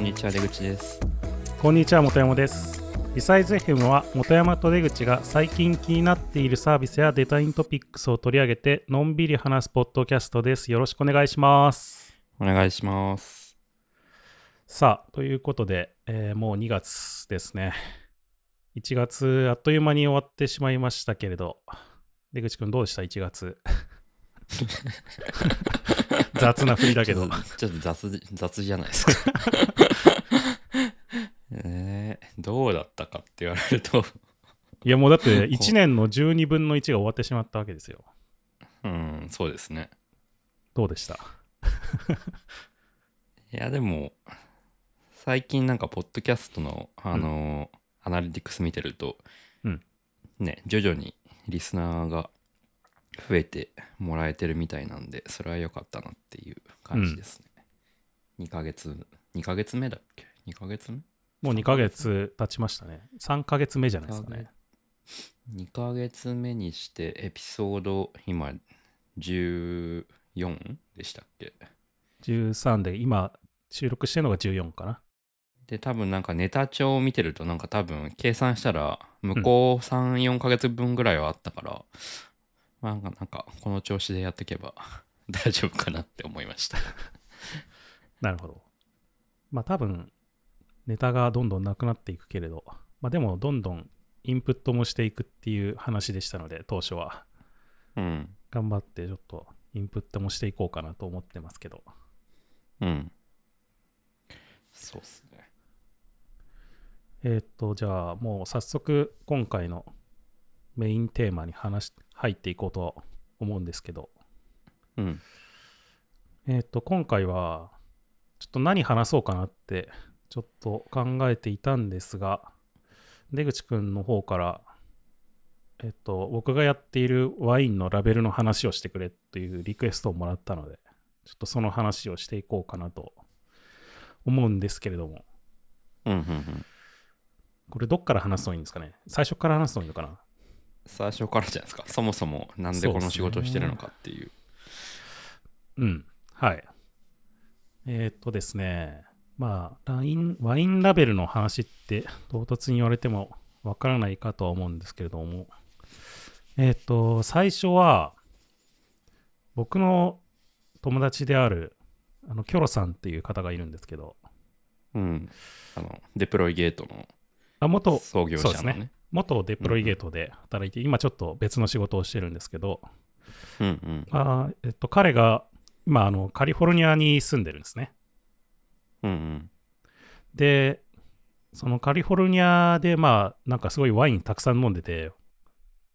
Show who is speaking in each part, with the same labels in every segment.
Speaker 1: んにちは出口です
Speaker 2: こんにちは本山ですリサイズ FM は本山と出口が最近気になっているサービスやデザイントピックスを取り上げてのんびり話すポッドキャストですよろしくお願いします
Speaker 1: お願いします
Speaker 2: さあということで、えーもう2月ですね1月あっという間に終わってしまいましたけれど出口くんどうでした1月 雑な振りだけど
Speaker 1: ちょっとちょっと雑じ雑じゃない ですかえー、どうだったかって言われると
Speaker 2: いやもうだって1年の12分の1が終わってしまったわけですよ
Speaker 1: うんそうですね
Speaker 2: どうでした
Speaker 1: いやでも最近なんかポッドキャストのあのーアナリティクス見てると、
Speaker 2: うん
Speaker 1: ね徐々にリスナーが増えてもらえてるみたいなんでそれは良かったなっていう感じですね、2ヶ月2ヶ月目だっけ2ヶ月目
Speaker 2: もう2ヶ月経ちましたね。3ヶ月目じゃないですかね。
Speaker 1: 2ヶ月目にしてエピソード今14でしたっけ
Speaker 2: 13で、今、収録してるのが14かな。
Speaker 1: で多分なんかネタ帳を見てるとなんか多分計算したら向こう34ヶ月分ぐらいはあったから、まあなんかなんかこの調子でやっていけば 大丈夫かなって思いました
Speaker 2: なるほど。まあ多分、ネタがどんどんなくなっていくけれど、まあでも、どんどんインプットもしていくっていう話でしたので、当初は。
Speaker 1: うん
Speaker 2: 頑張って、ちょっとインプットもしていこうかなと思ってますけど。
Speaker 1: うんそうっすね
Speaker 2: えーっと、じゃあ、もう早速、今回のメインテーマに話し、入っていこうと思うんですけど、
Speaker 1: うん
Speaker 2: えっ、と、今回は、ちょっと何話そうかなって、ちょっと考えていたんですが、出口くんの方から、えっ、と、僕がやっているワインのラベルの話をしてくれというリクエストをもらったので、ちょっとその話をしていこうかなと思うんですけれども、
Speaker 1: うんうんうん
Speaker 2: これどっから話すのがいいんですかね最初から話すのがいいのかな
Speaker 1: 最初からじゃないですかそもそもなんでこの仕事をしてるのかっていう
Speaker 2: うん。はい。えーっとですね、まあ、ライン、ワインラベルの話って、唐突に言われてもわからないかとは思うんですけれども、えーっと、最初は、僕の友達である、あの、キョロさんっていう方がいるんですけど、
Speaker 1: うん、あのデプロイゲート
Speaker 2: あ元
Speaker 1: の創業
Speaker 2: そ
Speaker 1: 者
Speaker 2: うです
Speaker 1: の
Speaker 2: ね
Speaker 1: ね。
Speaker 2: 元デプロイゲートで働いて、今ちょっと別の仕事をしてるんですけど、
Speaker 1: うんうん
Speaker 2: あーえっと、彼が今あの、カリフォルニアに住んでるんですね。
Speaker 1: うんうん
Speaker 2: で、そのカリフォルニアで、まあ、なんかすごいワインたくさん飲んでて、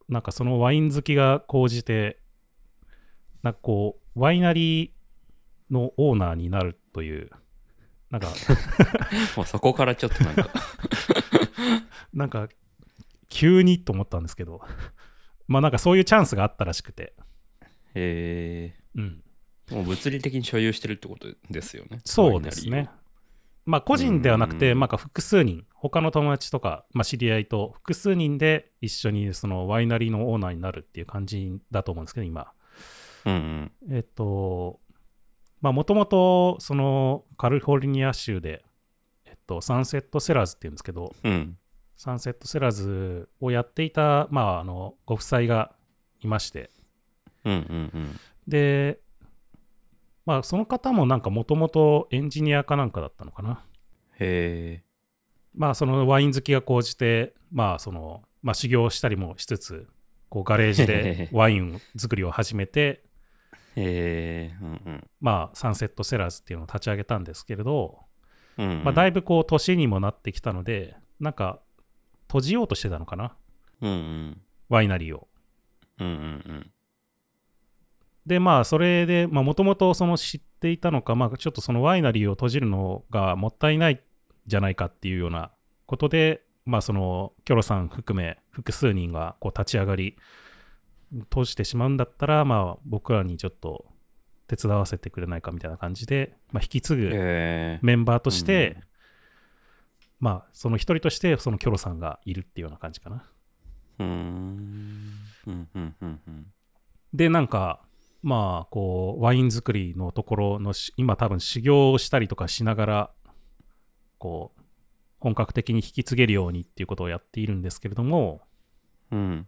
Speaker 2: なんかそのワイン好きが高じて、なんかこう、ワイナリーのオーナーになるという、なんか、
Speaker 1: もうそこからちょっとなんか
Speaker 2: なんか、急にと思ったんですけど、 まあなんかそういうチャンスがあったらしくて、
Speaker 1: え
Speaker 2: うん。
Speaker 1: ー、もう物理的に所有してるってことですよね
Speaker 2: そうですね。まあ個人ではなくて、
Speaker 1: うん
Speaker 2: まあなんか複数人、他の友達とか、まあ、知り合いと複数人で一緒にそのワイナリーのオーナーになるっていう感じだと思うんですけど、今。
Speaker 1: ワイナリーをうん
Speaker 2: えっと、まあもともとそのカリフォルニア州で、えっと、サンセットセラーズっていうんですけど、
Speaker 1: うんうん
Speaker 2: サンセットセラーズをやっていた、まああの、ご夫妻がいまして、
Speaker 1: うんうん
Speaker 2: で、まあその方もなんかもともとエンジニアかなんかだったのかな。
Speaker 1: へえ
Speaker 2: まあそのワイン好きが高じて、まあその、まあ修行したりもしつつ、こうガレージで ワイン作りを始めて、
Speaker 1: へえうん
Speaker 2: まあサンセットセラーズっていうのを立ち上げたんですけれど、
Speaker 1: うんうん
Speaker 2: まあだ
Speaker 1: い
Speaker 2: いぶこう年にもなってきたので、なんか閉じようとしてたのかな、
Speaker 1: うんうん
Speaker 2: ワイナリーを。
Speaker 1: うんうん
Speaker 2: でまあそれでもともとその知っていたのか、まあ、ちょっとそのワイナリーを閉じるのがもったいないじゃないかっていうようなことでまあそのキョロさん含め複数人がこう立ち上がり閉じてしまうんだったらまあ僕らにちょっと手伝わせてくれないかみたいな感じで、まあ、引き継ぐ
Speaker 1: へえ
Speaker 2: メンバーとして、
Speaker 1: うん
Speaker 2: まあその一人としてそのキョロさんがいるっていうような感じかな。
Speaker 1: うーんうんうんうんうん
Speaker 2: でなんかまあこうワイン作りのところのし今多分修行をしたりとかしながらこう、本格的に引き継げるようにっていうことをやっているんですけれども、
Speaker 1: うん。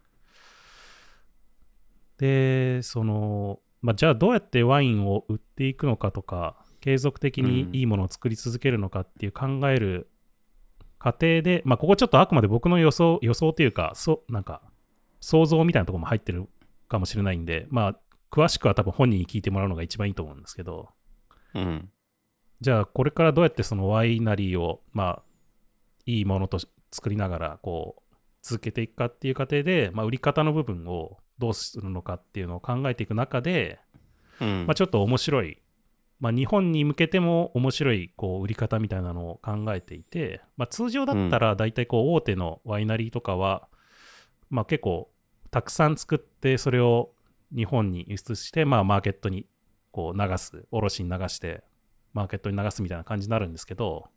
Speaker 2: で、その、まあ、じゃあどうやってワインを売っていくのかとか、継続的にいいものを作り続けるのかっていう考える過程で、まあ、ここちょっとあくまで僕の予想、予想というか、そうなんか、想像みたいなところも入ってるかもしれないんで、まあ、詳しくは多分本人に聞いてもらうのが一番いいと思うんですけど、
Speaker 1: うん。
Speaker 2: じゃあこれからどうやってそのワイナリーをまあいいものとし作りながらこう続けていくかっていう過程で、まあ、売り方の部分をどうするのかっていうのを考えていく中で、
Speaker 1: うん。
Speaker 2: まあ、ちょっと面白い、まあ、日本に向けても面白いこう売り方みたいなのを考えていて、まあ、通常だったら大体こう大手のワイナリーとかは、まあ、結構たくさん作ってそれを日本に輸出して、まあ、マーケットにこう流す卸に流してマーケットに流すみたいな感じになるんですけど、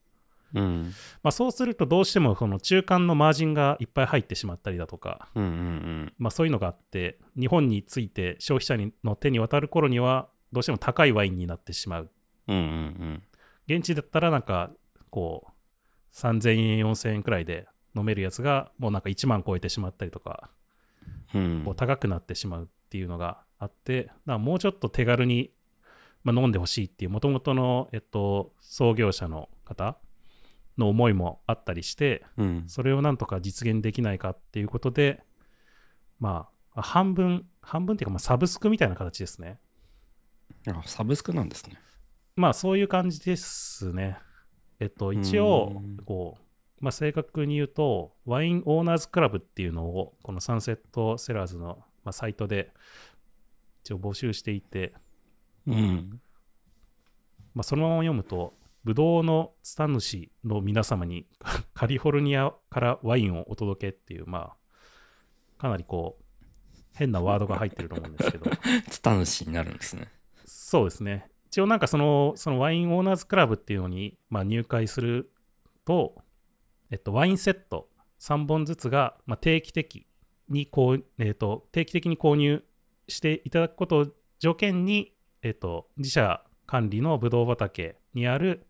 Speaker 1: うん。
Speaker 2: まあ、そうするとどうしてもその中間のマージンがいっぱい入ってしまったりだとか、
Speaker 1: うん。うん。
Speaker 2: まあ、そういうのがあって日本について消費者にの手に渡る頃にはどうしても高いワインになってしまう
Speaker 1: うん。うん。
Speaker 2: 現地だったらなんかこう3000円4000円くらいで飲めるやつがもうなんか1万超えてしまったりとか
Speaker 1: うん。
Speaker 2: こう高くなってしまうっていうのがあってだからもうちょっと手軽に、まあ、飲んでほしいっていうもともとの、えっと、創業者の方の思いもあったりして
Speaker 1: うん。
Speaker 2: それをなんとか実現できないかっていうことで、まあ、半分、半分っていうか、まあ、サブスクみたいな形ですね。
Speaker 1: あ、サブスクなんですね。
Speaker 2: まあ、そういう感じですね。えっと、一応
Speaker 1: うん、
Speaker 2: こう、まあ、正確に言うと、ワインオーナーズクラブっていうのを、このサンセットセラーズの、まあ、サイトで、一応募集していて、
Speaker 1: うん。
Speaker 2: まあ、そのまま読むと、ブドウのツタ主の皆様に カリフォルニアからワインをお届けっていう、まあ、かなりこう、変なワードが入ってると思うんですけど、
Speaker 1: ツタヌシになるんですね。
Speaker 2: そうですね。一応なんかその、そのワインオーナーズクラブっていうのに、まあ、入会すると、えっと、ワインセット3本ずつが、まあ、定期的にこう、えっと、定期的に購入していただくことを条件に、えっと、自社管理のブドウ畑にある、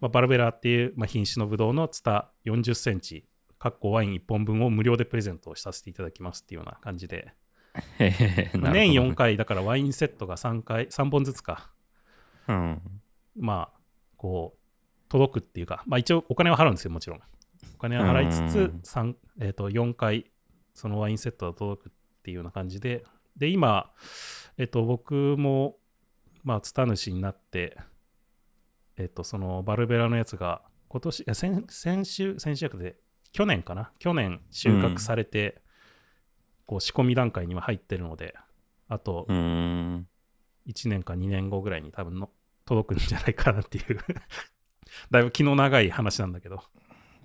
Speaker 2: まあ、バルベラっていう、まあ、品種のブドウのツタ40センチ、かっこワイン1本分を無料でプレゼントをさせていただきますっていうような感じで、
Speaker 1: へへへ。なるほど
Speaker 2: 年4。回だからワインセットが3回、3本ずつか、
Speaker 1: うん。
Speaker 2: まあ、こう、届くっていうか、まあ一応お金は払うんですよ、もちろん。お金は払いつ
Speaker 1: うん
Speaker 2: つ、三えー、と4回、そのワインセットが届くっていうような感じで、で、今、えっ、と、僕も、まあ、ツタ主になって、えっ、と、そのバルベラのやつが、今年、いや先先週、先週役で、去年かな、去年収穫されて、こう、仕込み段階には入ってるので、あと
Speaker 1: うーん。
Speaker 2: 1年か2年後ぐらいに多分の届くんじゃないかなっていう だいぶ気の長い話なんだけど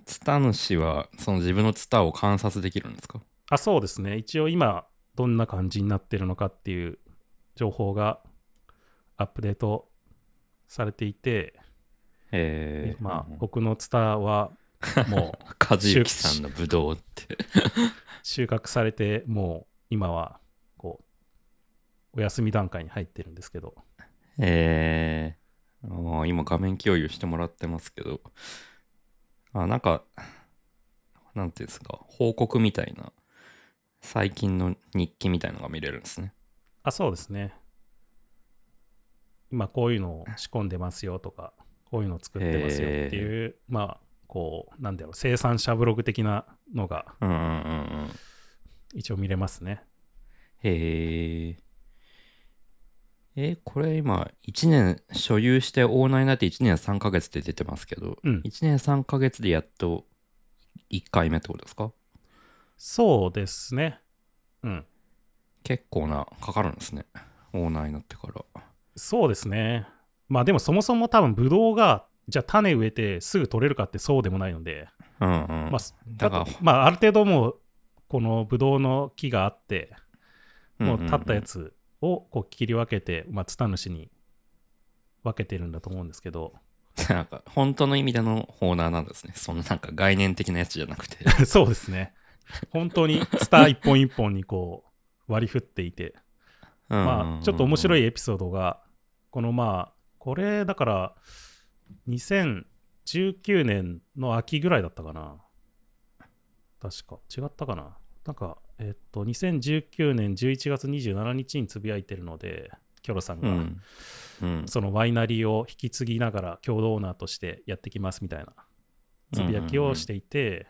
Speaker 1: ツタヌシは、その自分のツタを観察できるんですか
Speaker 2: あそうですね一応今どんな感じになってるのかっていう情報がアップデートされていて、
Speaker 1: ええ。
Speaker 2: まあ僕のツタはもう
Speaker 1: 和幸さんのブドウって。
Speaker 2: 収穫されてもう今はこうお休み段階に入ってるんですけど
Speaker 1: えー、もう今画面共有してもらってますけど、あ、なんか、なんていうんですか、報告みたいな、最近の日記みたいのが見れるんですね。
Speaker 2: あそうですね今こういうのを仕込んでますよとかこういうのを作ってますよっていう、まあこうなんだろう生産者ブログ的なのが
Speaker 1: うんうんうんうん。
Speaker 2: 一応見れますね
Speaker 1: へえ。え、これ今、1年所有してオーナーになって1年3ヶ月って出てますけど、
Speaker 2: うん
Speaker 1: 1年3ヶ月でやっと1回目ってことですか
Speaker 2: そうですねうん
Speaker 1: 結構な、かかるんですね。オーナーになってから。
Speaker 2: そうですねまあでもそもそも多分ブドウがじゃあ種植えてすぐ取れるかってそうでもないので、
Speaker 1: うんうん。
Speaker 2: まあ
Speaker 1: だから
Speaker 2: だとまあある程度もうこのブドウの木があってもう立ったや
Speaker 1: つ。
Speaker 2: つをこう切り分けて、まあ、ツタ主に分けてるんだと思うんですけ ど、
Speaker 1: なんか、本当の意味でのオーナーなんですね。そのなんか概念的なやつじゃなくて。
Speaker 2: そうですね。本当にツタ一本一本にこう割り振っていて、 まあ、ちょっと面白
Speaker 1: い。
Speaker 2: いエピソードが、このまあ、これだから、2010 19年の秋ぐらいだったかな。確か。違ったかな。なんか、えっと、2019年11月27日につぶやいてるので、キョロさん
Speaker 1: う
Speaker 2: が、
Speaker 1: ん。うん。
Speaker 2: そのワイナリーを引き継ぎながら共同オーナーとしてやってきますみたいなつぶやきをしていて、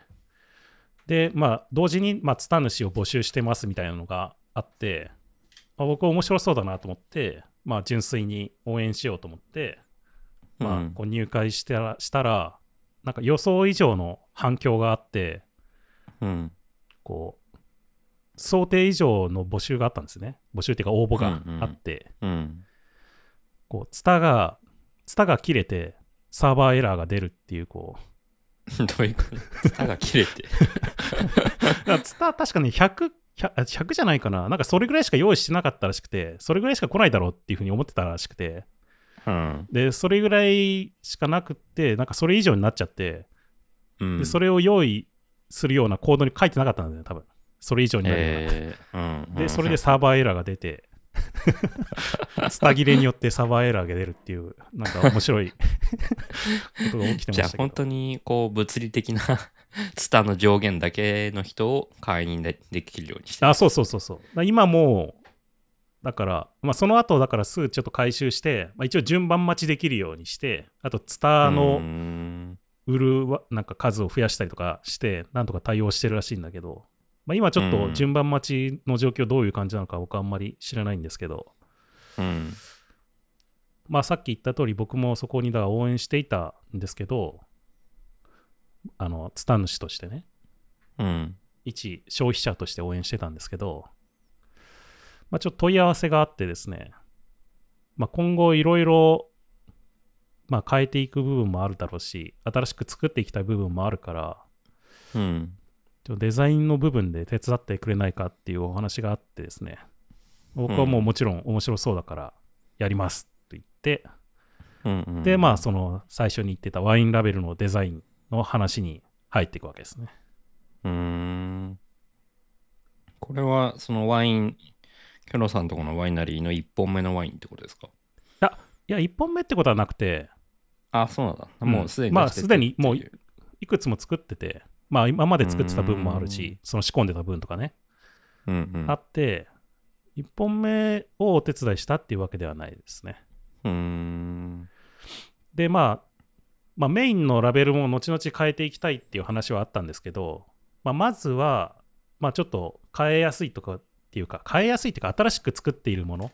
Speaker 2: で、まあ、同時に、まあ、ツタ主を募集してますみたいなのがあって、まあ、僕面白そうだなと思って、まあ、純粋に応援しようと思って、まあ
Speaker 1: うん
Speaker 2: こう入会したらしたらなんか予想以上の反響があって
Speaker 1: うん。
Speaker 2: こう想定以上の募集があったんですね募集っていうか応募があって、
Speaker 1: うん。
Speaker 2: こうツタがツタが切れてサーバーエラーが出るっていうこう
Speaker 1: どういうこと 舌が切れて。
Speaker 2: だから ツタ確かね100 100, あ100じゃないかななんかそれぐらいしか用意してなかったらしくてそれぐらいしか来ないだろうっていうふうに思ってたらしくて
Speaker 1: うん。
Speaker 2: でそれぐらいしかなくってなんかそれ以上になっちゃって
Speaker 1: うん。
Speaker 2: でそ
Speaker 1: れ
Speaker 2: れを用意するようなコードに書いてなかったんだよね、多分それ以上になるような
Speaker 1: えーうん。
Speaker 2: で、それで
Speaker 1: さ。
Speaker 2: サーバーエラーが出て、 スタ切れによってサーバーエラーが出るっていう、なんか面白い ことが起きてま
Speaker 1: じゃあ
Speaker 2: したけ
Speaker 1: 本当
Speaker 2: ど。
Speaker 1: にこう物理的な ツタの上限だけの人を会員でできるようにして。
Speaker 2: あ、そうそうそうそう。だから今もう、だから、まあ、その後だからすぐちょっと回収して、まあ、一応順番待ちできるようにして、あと、ツ
Speaker 1: うー
Speaker 2: タの
Speaker 1: ん
Speaker 2: 売るわなんか数を増やしたりとかして、なんとか対応してるらしいんだけど、まあ、今ちょっと順番待ちの状況どういう感じなのか僕あんまり知らないんですけど、
Speaker 1: うん。
Speaker 2: まあ、さっき言った通り僕もそこにだから応援していたんですけどあのツタ主としてね
Speaker 1: うん。
Speaker 2: 一消費者として応援してたんですけど、まあ、ちょっと問い合わせがあってですね、まあ、今後いろいろまあ変えていく部分もあるだろうし新しく作っていきたい部分もあるから
Speaker 1: うん。
Speaker 2: ちょっとデザインの部分で手伝ってくれないかっていうお話があってですね僕はもうもちろん面白そうだからやりますと言って、
Speaker 1: うんうん
Speaker 2: で、まあ、その最初に言ってたワインラベルのデザインの話に入っていくわけですね。
Speaker 1: うーん。これは、そのワイン、キョロさんとこのワイナリーの1本目のワインってことですか
Speaker 2: いや、1本目ってことはなくて、
Speaker 1: あ、そうなんだ。
Speaker 2: うん
Speaker 1: もうすでに
Speaker 2: まあ
Speaker 1: 出してて
Speaker 2: すでにもう
Speaker 1: ってい
Speaker 2: いくつも作ってて、まあ、今まで作ってた分もあ
Speaker 1: う
Speaker 2: る
Speaker 1: ん
Speaker 2: し、その仕込んでた分とかね、
Speaker 1: うんうん。
Speaker 2: あって、1本目をお手伝いしたっていうわけではないですね。
Speaker 1: うーん。
Speaker 2: で、まあ、まあ、メインのラベルも後々変えていきたいっていう話はあったんですけど、まあ、まずは、まあ、ちょっと変えやすいとかっていうか、変えやすいっていうか、新しく作っているもの
Speaker 1: っ
Speaker 2: っ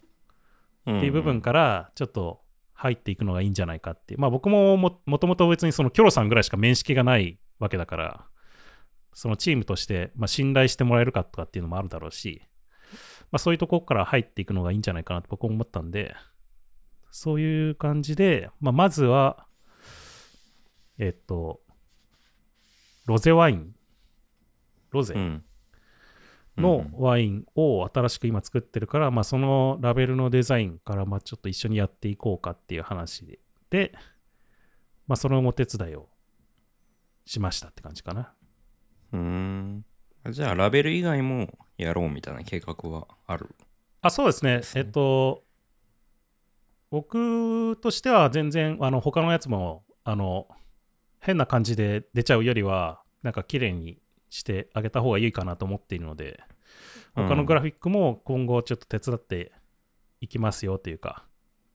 Speaker 2: ていう部分からちょっと入っていくのがいいんじゃないかっていうまあ僕もももともと別にそのキョロさんぐらいしか面識がないわけだからそのチームとして、まあ、信頼してもらえるかとかっていうのもあるだろうし、まあ、そういうところから入っていくのがいいんじゃないかなと僕も思ったんでそういう感じで、まあ、まずはえっとロゼワインロゼ、
Speaker 1: うん
Speaker 2: のワインを新しく今作ってるから、まあ、そのラベルのデザインからまあちょっと一緒にやっていこうかっていう話で、でまあ、そのお手伝いをしましたって感じかな。
Speaker 1: うんうんあじゃあ、ラベル以外もやろうみたいな計画はある。
Speaker 2: あそうですね、
Speaker 1: そう
Speaker 2: えっと、僕としては全然あの他のやつもあの変な感じで出ちゃうよりは、なんか綺麗にしてあげた方がいいかなと思っているので、他のグラ
Speaker 1: フ
Speaker 2: フィックも今後ちょっと手伝っていきますよというか、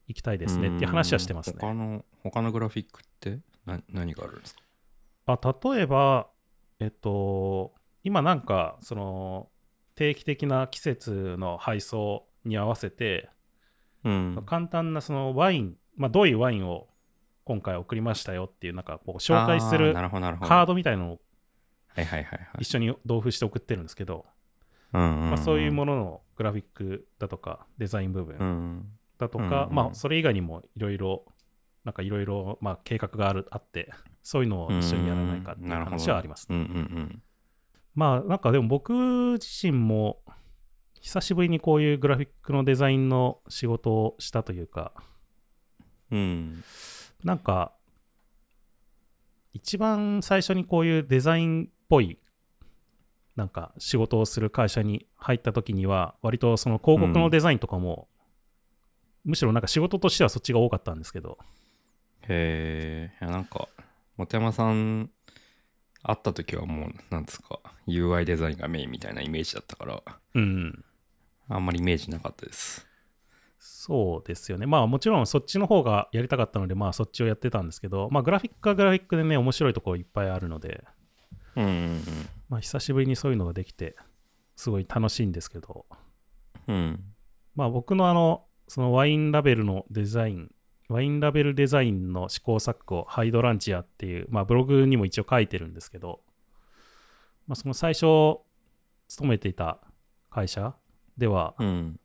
Speaker 2: 行きたいですねっていう話はしてますね。
Speaker 1: 他の、他のグラフィックってな何があるんですか
Speaker 2: あ例えば、えっと、今なんか、その、定期的な季節の配送に合わせて、
Speaker 1: うん。
Speaker 2: 簡単なそのワイン、まあ、どういうワインを今回送りましたよっていう、なんかこう紹介す
Speaker 1: あー
Speaker 2: る
Speaker 1: なるほど、なるほど。
Speaker 2: カードみたいのを
Speaker 1: はいはいはいはい
Speaker 2: 一緒に同封して送ってるんですけど、
Speaker 1: うんうんん。
Speaker 2: まあ、そういうもののグラフィックだとか、デザイン部分、
Speaker 1: うん。
Speaker 2: だとか、
Speaker 1: うんうん
Speaker 2: まあそれ以外にもいろいろなんかいろいろまあ計画があるあってそういうのを一緒にやらないかっていう
Speaker 1: なるほど
Speaker 2: 話はあります、
Speaker 1: うんうん
Speaker 2: まあなんかでも僕自身も久しぶりにこういうグラフィックのデザインの仕事をしたというか
Speaker 1: うん。うん。
Speaker 2: なんか一番最初にこういうデザインっぽいなんか仕事をする会社に入った時には割とその広告のデザインとかも、むしろなんか仕事としてはそっちが多かったんですけど
Speaker 1: へえ、いやなんか、本山さん会った時はもうなんですか UI デザインがメインみたいなイメージだったから
Speaker 2: うん。
Speaker 1: あんまりイメージなかったです
Speaker 2: そうですよね。まあもちろんそっちの方がやりたかったので、まあそっちをやってたんですけど、まあグラフィックはグラフィックでね、面白いところいっぱいあるので、
Speaker 1: うんうん
Speaker 2: まあ久しぶりにそういうのができて、すごい楽しいんですけど、
Speaker 1: うんうん
Speaker 2: まあ僕のあの、そのワインラベルのデザイン、ワインラベルデザインの試行錯誤、ハイドランチアっていう、まあブログにも一応書いてるんですけど、まあその最初、勤めていた会社では、
Speaker 1: うん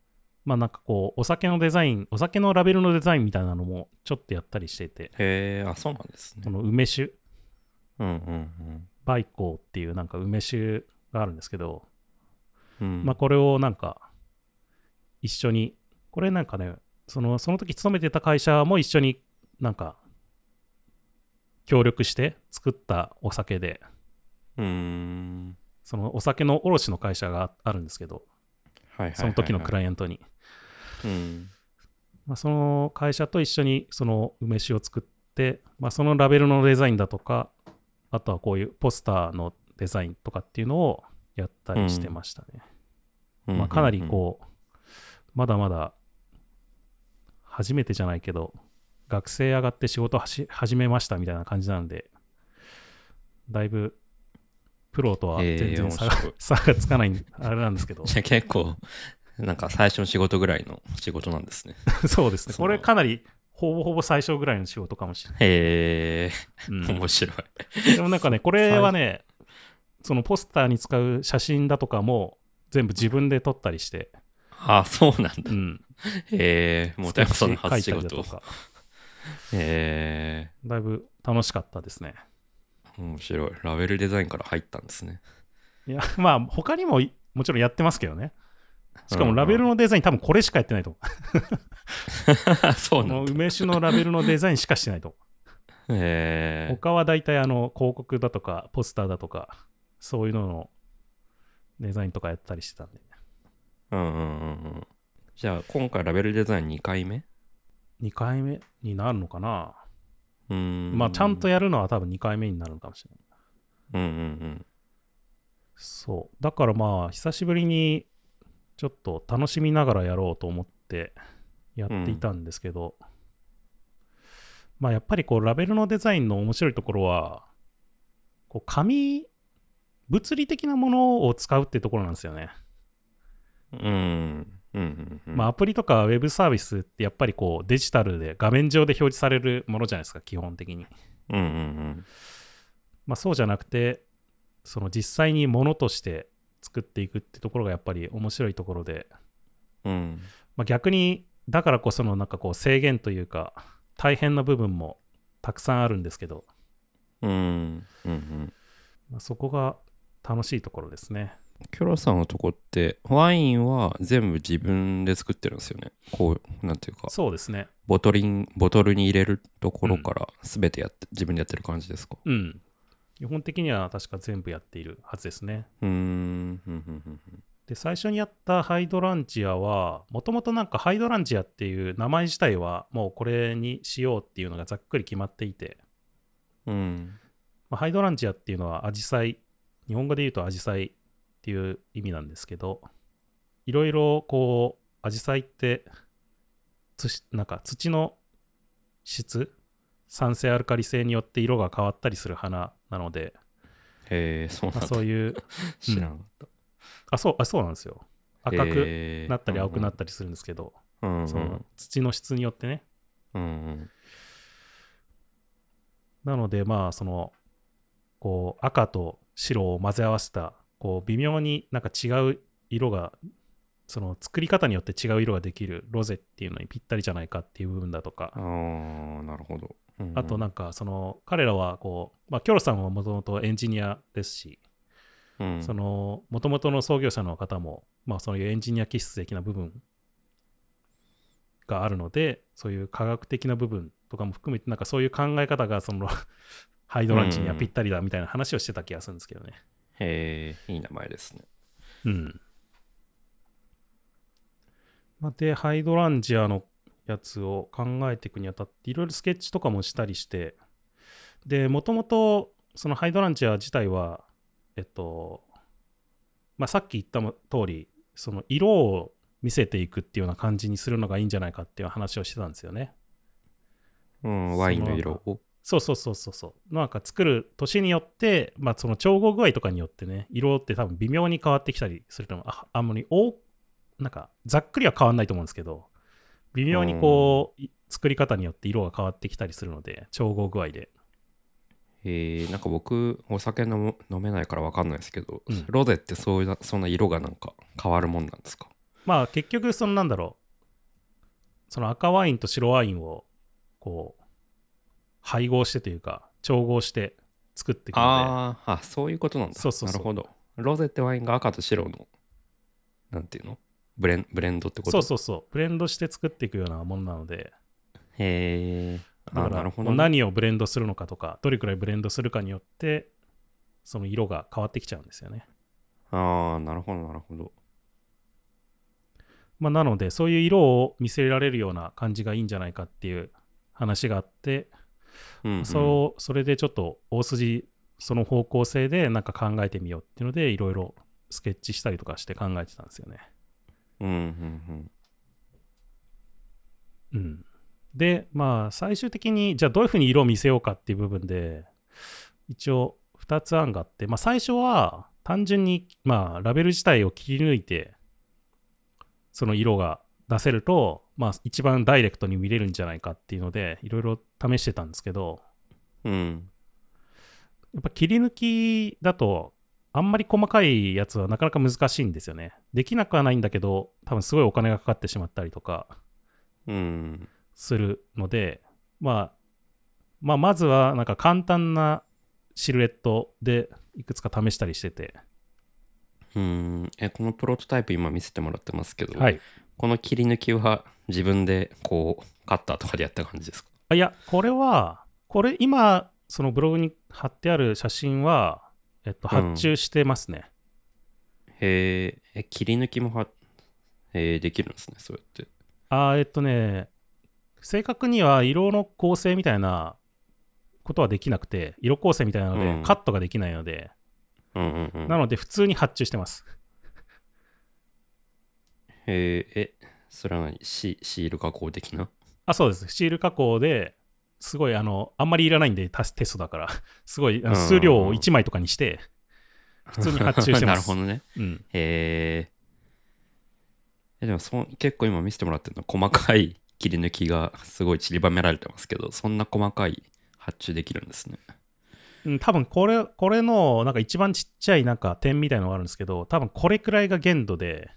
Speaker 2: まあなんかこう、お酒のデザイン、お酒のラベルのデザインみたいなのもちょっとやったりしていて、
Speaker 1: へえあそうなんです
Speaker 2: こ
Speaker 1: ね
Speaker 2: の梅酒、
Speaker 1: うんうん
Speaker 2: バイコーっていうなんか梅酒があるんですけど、
Speaker 1: うんうん
Speaker 2: まあこれをなんか一緒にこれなんかねそのその時勤めてた会社も一緒になんか協力して作ったお酒で
Speaker 1: うーん
Speaker 2: そのお酒の卸の会社がああるんですけど
Speaker 1: はいはいはいはい
Speaker 2: その時のクライアントに、
Speaker 1: うん
Speaker 2: まあ、その会社と一緒にその梅酒を作って、まあ、そのラベルのデザインだとかあとはこういうポスターのデザインとかっていうのをやったりしてましたね、まあ、かなりこう、まだまだ初めてじゃないけど、学生上がって仕事はし始めましたみたいな感じなんで、だいぶプロとは
Speaker 1: えー
Speaker 2: 全然差が,、
Speaker 1: 面白い
Speaker 2: 差がつかないん、あれなんですけ
Speaker 1: う
Speaker 2: ど
Speaker 1: ん、じゃあ結構なんか最初の仕事ぐらいの仕事なんですね
Speaker 2: そうですね、
Speaker 1: その
Speaker 2: これかなりほぼほぼ最初ぐらいの仕事かもしれない。
Speaker 1: へえ
Speaker 2: うん
Speaker 1: 面白い
Speaker 2: でもなんかね、これはね、そのポスターに使う写真だとかも全部自分で撮ったりして、
Speaker 1: あそうなんだ
Speaker 2: うん、
Speaker 1: へえもうたやさんの初仕
Speaker 2: スケッチ
Speaker 1: 事
Speaker 2: 描いたりだ
Speaker 1: へえ
Speaker 2: とか、だいぶ楽しかったですね。
Speaker 1: 面白い。ラベルデザインから入ったんですね。
Speaker 2: いや、まあ、他にもいもちろんやってますけどね。しか
Speaker 1: うんう
Speaker 2: も
Speaker 1: ん
Speaker 2: ラベルのデザイン、多分これしかやってないと思う。
Speaker 1: そう
Speaker 2: こ
Speaker 1: な
Speaker 2: の
Speaker 1: んだ。
Speaker 2: 梅酒のラベルのデザインしかしてない と思う。
Speaker 1: へえ
Speaker 2: 他は大体あの広告だとか、ポスターだとか、そういうののデザインとかやったりしてたんで。
Speaker 1: うんうんうんうん。じゃあ、今回ラベルデザイン2回目
Speaker 2: 2回目になるのかな、
Speaker 1: うーん。
Speaker 2: まあ、ちゃんとやるのは多分2回目になるのかもしれない。
Speaker 1: うんうん
Speaker 2: そう。だからまあ、久しぶりにちょっと楽しみながらやろうと思ってやっていたんですけど、まあやっぱりこうラベルのデザインの面白いところは、こう紙、物理的なものを使うってところなんですよね。
Speaker 1: うん。うん。うんうんうん。
Speaker 2: まあアプリとかウェブサービスってやっぱりこうデジタルで画面上で表示されるものじゃないですか、基本的に。
Speaker 1: うんうん
Speaker 2: まあ、そうじゃなくてその実際にものとして作っていくってところがやっぱり面白いところで、
Speaker 1: うん。うん。
Speaker 2: まあ、逆にだからこそのなんかこう制限というか大変な部分もたくさんあるんですけど、
Speaker 1: うん。うんうん。
Speaker 2: まあ、そこが楽しいところですね
Speaker 1: キョロさんのとこって、ワインは全部自分で作ってるんですよね。こう、なんていうか、
Speaker 2: そうですね
Speaker 1: ボトリン、ボトルに入れるところから全てやって、自分でやってる感じですか
Speaker 2: うん基本的には確か全部やっているはずですね
Speaker 1: うーん。うんうんうんうん
Speaker 2: で最初にやったハイドランチアはもともとなんかハイドランチアっていう名前自体はもうこれにしようっていうのがざっくり決まっていて
Speaker 1: うん。
Speaker 2: まあ、ハイドランジアっていうのはアジサイ日本語で言うとアジサイっていう意味なんですけどいろいろこうアジサイってつしなんか土の質酸性アルカリ性によって色が変わったりする花なので、
Speaker 1: へえ、そうなん
Speaker 2: まあ、
Speaker 1: だ。
Speaker 2: そういう
Speaker 1: 知らなかった。
Speaker 2: あそうあそうなんですよ赤く
Speaker 1: く
Speaker 2: なったり青くなったたりするんですけど、
Speaker 1: うんうん
Speaker 2: その土の質によってね
Speaker 1: うん
Speaker 2: なのでまあそのこう赤と白を混ぜ合わせたこう微妙になんか違う色がその作り方によって違う色ができるロゼっていうのにぴったりじゃないかっていう部分だと
Speaker 1: ああ
Speaker 2: か
Speaker 1: ーなるほど、うんうん
Speaker 2: あとなんかその彼らはこうまあキョロさんはもともとエンジニアですし
Speaker 1: うん
Speaker 2: そのもともとの創業者の方もまあそういうエンジニア気質的な部分があるのでそういう科学的な部分とかも含めてなんかそういう考え方がその ハイドランチにはぴったりだみたいな話をしてた気がするんですけどね。
Speaker 1: へえいい名前ですね
Speaker 2: うん。まあ、で、ハイドランジアのやつを考えていくにあたって、いろいろスケッチとかもしたりして、で、もともと、そのハイドランチア自体は、えっと、まあ、さっき言ったも通り、その色を見せていくっていうような感じにするのがいいんじゃないかっていう話をしてたんですよね。
Speaker 1: うん、ワインの色を。
Speaker 2: そうそうそうそうそう。なんか作る年によって、まあ、その調合具合とかによってね、色って多分微妙に変わってきたりすると思う。ああんまり大、なんかざっくりは変わんないと思うんですけど、微妙にこう、い作り方によって色が変わってきたりするので、調合具合で。
Speaker 1: えー、なんか僕、お酒飲む飲めないからわかんないですけど、
Speaker 2: うん
Speaker 1: ロゼってそういうな、そんな色がなんか変わるもんなんですか
Speaker 2: まあ結局、そのなんだろう、その赤ワインと白ワインを、こう、配合してというか、調合して作っていくので。
Speaker 1: あーあ、そういうことなんだ。
Speaker 2: そうそうそう
Speaker 1: なるほど。ロゼってワインが赤と白の、なんていうのブレンブレンドってこと
Speaker 2: そうそうそう。ブレンドして作っていくようなものなので、
Speaker 1: へえ。あ
Speaker 2: だ
Speaker 1: ー
Speaker 2: か
Speaker 1: な
Speaker 2: ら
Speaker 1: るほ
Speaker 2: こ
Speaker 1: ど
Speaker 2: う
Speaker 1: ね、
Speaker 2: 何をブレンドするのかとか、どれくらいブレンドするかによって、その色が変わってきちゃうんですよね。
Speaker 1: ああ、なるほど、なるほど。
Speaker 2: まあ、なので、そういう色を見せられるような感じがいいんじゃないかっていう話があって、
Speaker 1: うん、うん。
Speaker 2: そうそれでちょっと大筋、その方向性でなんか考えてみようっていうので、いろいろスケッチしたりとかして考えてたんですよね。
Speaker 1: う。うん、うん、
Speaker 2: うん、でまあ最終的にじゃあどういうふうに色を見せようかっていう部分で一応2つ案があって、まあ、最初は単純に、まあ、ラベル自体を切り抜いてその色が出せると、まあ、一番ダイレクトに見れるんじゃないかっていうのでいろいろ試してたんですけど
Speaker 1: うん。うん。
Speaker 2: やっぱ切り抜きだとあんまり細かいやつはなかなか難しいんですよねできなくはないんだけど多分すごいお金がかかってしまったりとか
Speaker 1: うん。
Speaker 2: するので、まあ、まあ、まずはなんか簡単なシルエットでいくつか試したりしてて、
Speaker 1: うん、えこのプロトタイプ今見せてもらってますけど、
Speaker 2: はい、
Speaker 1: この切り抜きは自分でこうカッターとかでやった感じですか
Speaker 2: あいやこれはこれ今そのブログに貼ってある写真は、えっと、
Speaker 1: うん
Speaker 2: 発注してますね、
Speaker 1: へーえ切り抜きもは、えーできるんですねそうやって
Speaker 2: あーえっとね正確には色の構成みたいなことはできなくて色構成みたいなので、
Speaker 1: うん
Speaker 2: カットができないので、
Speaker 1: うんうんうん
Speaker 2: なので普通に発注してます
Speaker 1: へーえそれは何シシール加工的な
Speaker 2: あ、そうです。シール加工で、すごい、あの、あんまりいらないんで、たテストだから、 すごい、あの
Speaker 1: うん
Speaker 2: 数量を1枚とかにして、普通に発注してます
Speaker 1: なるほどね
Speaker 2: うん。
Speaker 1: へーえでもそん結構今見せてもらってるのは細かい切り抜きがすごい散りばめられてますけどそんな細かい発注できるんですね
Speaker 2: うん、多分これ、これの、なんか一番ちっちゃい、なんか点みたいのがあるんですけど、多分これくらいが限度で、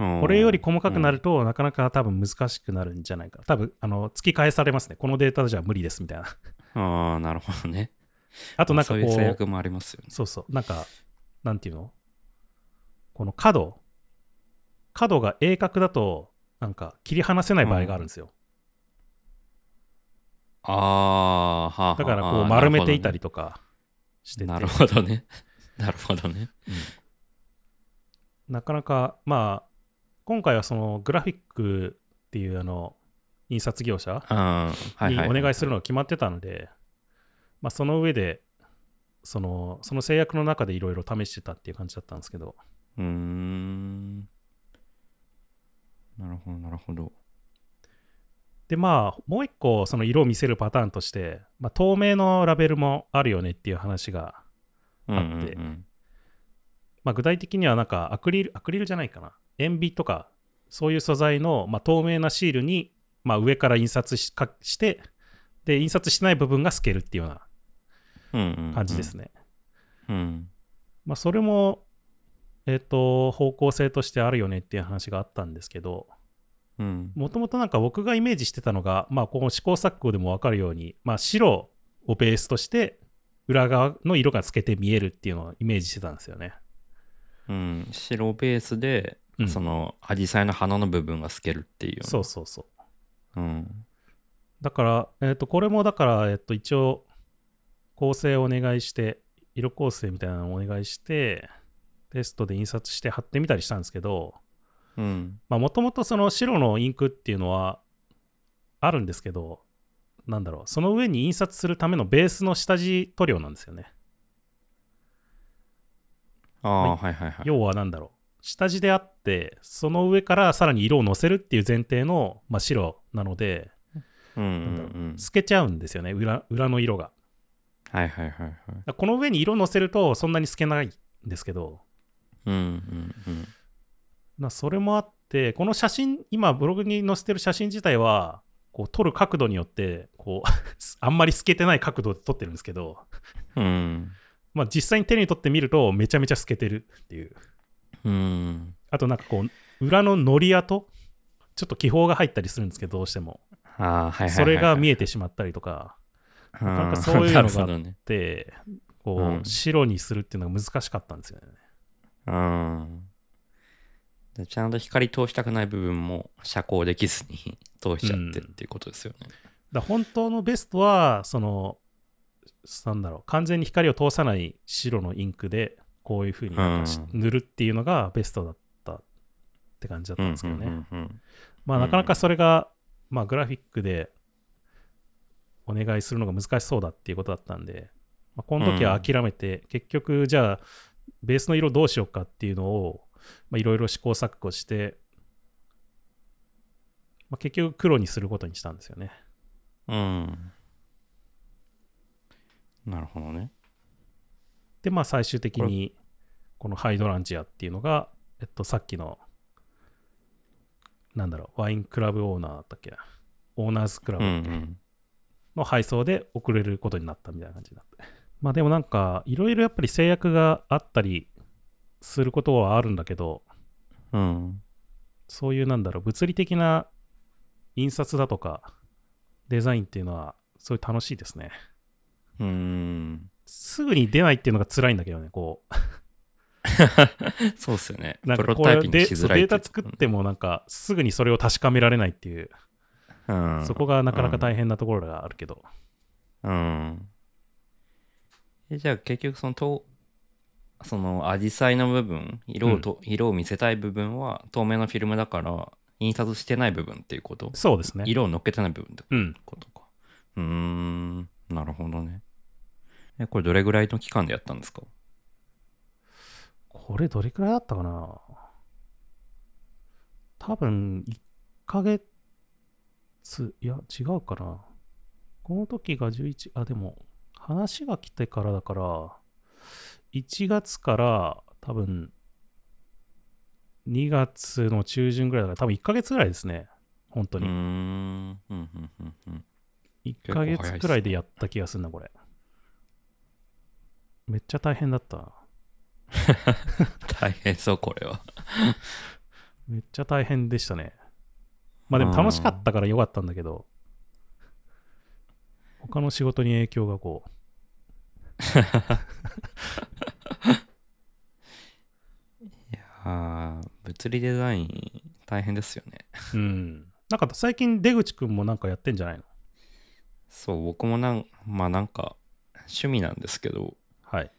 Speaker 1: こ
Speaker 2: これより細かくなると、なかなか多分難しくなるんじゃないか。多分、あの、突き返されますね。このデータじゃ無理です、みたいな。
Speaker 1: ああなるほどね
Speaker 2: あ
Speaker 1: あ
Speaker 2: と、なんか
Speaker 1: そう
Speaker 2: こう、
Speaker 1: いう制約もありますよね
Speaker 2: そうそう、なんか、なんていうのこの角、角が鋭角だと、なんか切り離せない場合があるんですよ。
Speaker 1: ああはあはあ
Speaker 2: だからこう丸めていたりとかしてて、
Speaker 1: なるほどねなるほどね
Speaker 2: なかなか、まあ、今回はそのグラフィックっていうあの印刷業者
Speaker 1: うんはい
Speaker 2: に
Speaker 1: は
Speaker 2: お願いす
Speaker 1: る
Speaker 2: るのが決まってたので、まあその上で、そのその制約の中でいろいろ試してたっていう感じだったんですけど、
Speaker 1: うーんなるほどなるほど
Speaker 2: でまあもう一個その色を見せるパターンとして、まあ、透明のラベルもあるよねっていう話が、
Speaker 1: うん
Speaker 2: あ
Speaker 1: う
Speaker 2: って
Speaker 1: ん
Speaker 2: まあ、具体的にはなんかアクリルアクリルじゃないかな塩ビとかそういう素材の、まあ、透明なシールに、まあ、上から印刷しかしてで印刷してない部分が透けるっていうよう
Speaker 1: うんうんうんうん
Speaker 2: な感じですね、
Speaker 1: うん
Speaker 2: まあ、それもえっ、と方向性としてあるよねっていう話があったんですけど
Speaker 1: うん
Speaker 2: もともとなんか僕がイメージしてたのが、まあ、この試行錯誤でも分かるように、まあ、白をベースとして裏側の色が透けて見えるっていうのをイメージしてたんですよね。
Speaker 1: うん白ベースで
Speaker 2: うん
Speaker 1: そのアジサイの花の部分が透けるっていうよ
Speaker 2: そうそうそう。
Speaker 1: うなうん
Speaker 2: だから、えっとこれもだから、えっと一応構成をお願いして色構成みたいなのをお願いしてテストで印刷して貼ってみたりしたんですけど
Speaker 1: うん
Speaker 2: もともとその白のインクっていうのはあるんですけどなんだろう、その上に印刷するためのベースの下地塗料なんですよね。
Speaker 1: ああ、はいはいはい。
Speaker 2: 要はなんだろう、下地であって、その上からさらに色を乗せるっていう前提の、まあ、白なので、
Speaker 1: うんうん
Speaker 2: なんだろう
Speaker 1: うん。
Speaker 2: 透けちゃうんですよね、裏裏の色が。
Speaker 1: はいはいはいはい。
Speaker 2: だからこの上に色乗せるとそんなに透けないんですけど、
Speaker 1: うんうんうん。
Speaker 2: なそれもあってこの写真今ブログに載せてる写真自体はこう撮る角度によってこう あんまり透けてない角度で撮ってるんですけど、
Speaker 1: うん。
Speaker 2: まあ、実際に手に取ってみるとめちゃめちゃ透けてるっていう
Speaker 1: うん。
Speaker 2: あとなんかこう裏ののり跡ちょっと気泡が入ったりするんですけどどうしても
Speaker 1: ああ、はいはいはいはい。
Speaker 2: それが見
Speaker 1: え
Speaker 2: えてしまったりとか
Speaker 1: た。
Speaker 2: なんかそういう
Speaker 1: な
Speaker 2: のが
Speaker 1: るほどね。
Speaker 2: でこう、
Speaker 1: うん
Speaker 2: 白にするっていうのが難しかったんですよね
Speaker 1: うん。でちゃんと光通したくない部分も遮光できずに通しちゃってっていうことですよね。
Speaker 2: だから本当のベストはそのなんだろう完全に光を通さない白のインクでこういうふうになんかし
Speaker 1: う
Speaker 2: 塗るっていうのがベストだったって感じだったんですけどね、
Speaker 1: うんうんうん
Speaker 2: まあなかなかそれが、まあグラフィックでお願いするのが難しそうだっていうことだったんで、まあ、この時は諦めて、結局じゃあベースの色どうしようかっていうのをまあいろいろ試行錯誤して、まあ、結局黒にすることにしたんですよね
Speaker 1: うん。うんなるほどね。
Speaker 2: で、まあ、最終的にこのハイドランジアっていうのが、えっと、さっきのなんだろうワインクラブオーナーだったっけなオーナーズクラ
Speaker 1: うん
Speaker 2: ブ
Speaker 1: うん。
Speaker 2: の配送で送れることになったみたいな感じになって まあでもなんかいろいろやっぱり制約があったりすることはあるんだけど
Speaker 1: うん。
Speaker 2: そういうなんだろう物理的な印刷だとかデザインっていうのはすごい楽しいですね
Speaker 1: うん。
Speaker 2: すぐに出ないっていうのが辛いんだけどねこう
Speaker 1: そうっすよね。プ
Speaker 2: なんか
Speaker 1: ロ
Speaker 2: こ
Speaker 1: タイ
Speaker 2: れ
Speaker 1: ピング
Speaker 2: で
Speaker 1: し
Speaker 2: そ
Speaker 1: づ
Speaker 2: う
Speaker 1: らい
Speaker 2: デー
Speaker 1: ってい
Speaker 2: タ
Speaker 1: う
Speaker 2: 作ってもなんかすぐにそれを確かめられないっていう、
Speaker 1: うん
Speaker 2: そこがなかなか大変なところがあるけど、
Speaker 1: うん。えじゃあ結局そのとそのアジサイの部分色をと、色を見せたい部分は透明のフィルムだから印刷してない部分っていうこと、
Speaker 2: そうですね
Speaker 1: 色を乗っけてない部分って
Speaker 2: うん
Speaker 1: ことかうーんなるほどねえこれどれぐらいの期間でやったんですか
Speaker 2: これどれくらいだったかな多分1ヶ月いや違うかなこの時が11あでも話が来てからだから1月から多分2月の中旬ぐらいだから多分1ヶ月ぐらいですね本当
Speaker 1: うーん
Speaker 2: に、
Speaker 1: うんうんうんうん結構
Speaker 2: 1ヶ
Speaker 1: 早いっす
Speaker 2: 月
Speaker 1: ね
Speaker 2: くらいでやった気がするな、これ。めっちゃ大変だったな。
Speaker 1: 大変そうこれは
Speaker 2: めっちゃ大変でしたね。まあでも楽しかったから良かったんだけど、他の仕事に影響がこう、
Speaker 1: いやー物理デザイン大変ですよね
Speaker 2: うん。なんか最近出口くんもなんかやってんじゃないの
Speaker 1: そう僕もなんまあなんか趣味なんですけど、
Speaker 2: はい。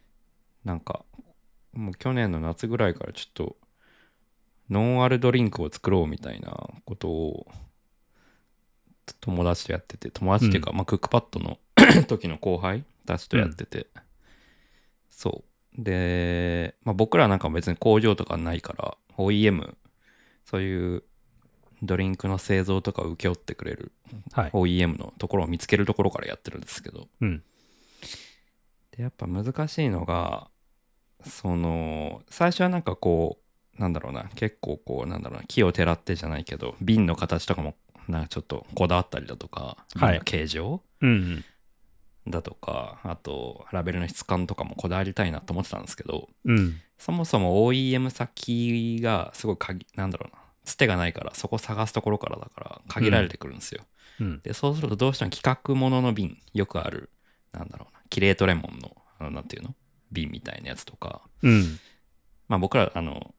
Speaker 1: なんか、もう去年の夏ぐらいからちょっと、ノンアルドリンクを作ろうみたいなことを、友達とやってて、友達っていうか、まあ、クックパッドの 時の後輩たちとやってて、そう。で、まあ、僕らなんか別に工場とかないから、OEM、そういうドリンクの製造とかを請け負ってくれる
Speaker 2: はい。
Speaker 1: OEM のところを見つけるところからやってるんですけど、
Speaker 2: うん。
Speaker 1: でやっぱ難しいのがその最初はなんかこうなんだろうな結構こうなんだろうな木をてらってじゃないけど瓶の形とかもなんかちょっとこだわったりだとか
Speaker 2: はい
Speaker 1: 瓶の形状
Speaker 2: うん、
Speaker 1: だとか、あとラベルの質感とかもこだわりたいなと思ってたんですけど
Speaker 2: うん。うん。
Speaker 1: そもそも OEM 先がすごい限なんだろうなつてがないからそこ探すところからだから限られてくるんですよ、
Speaker 2: うん。
Speaker 1: でそうするとどうしても企画ものの瓶よくあるなんだろうなキレートレモンのあのなんていうの瓶みたいなやつとか
Speaker 2: うん。
Speaker 1: まあ僕らあの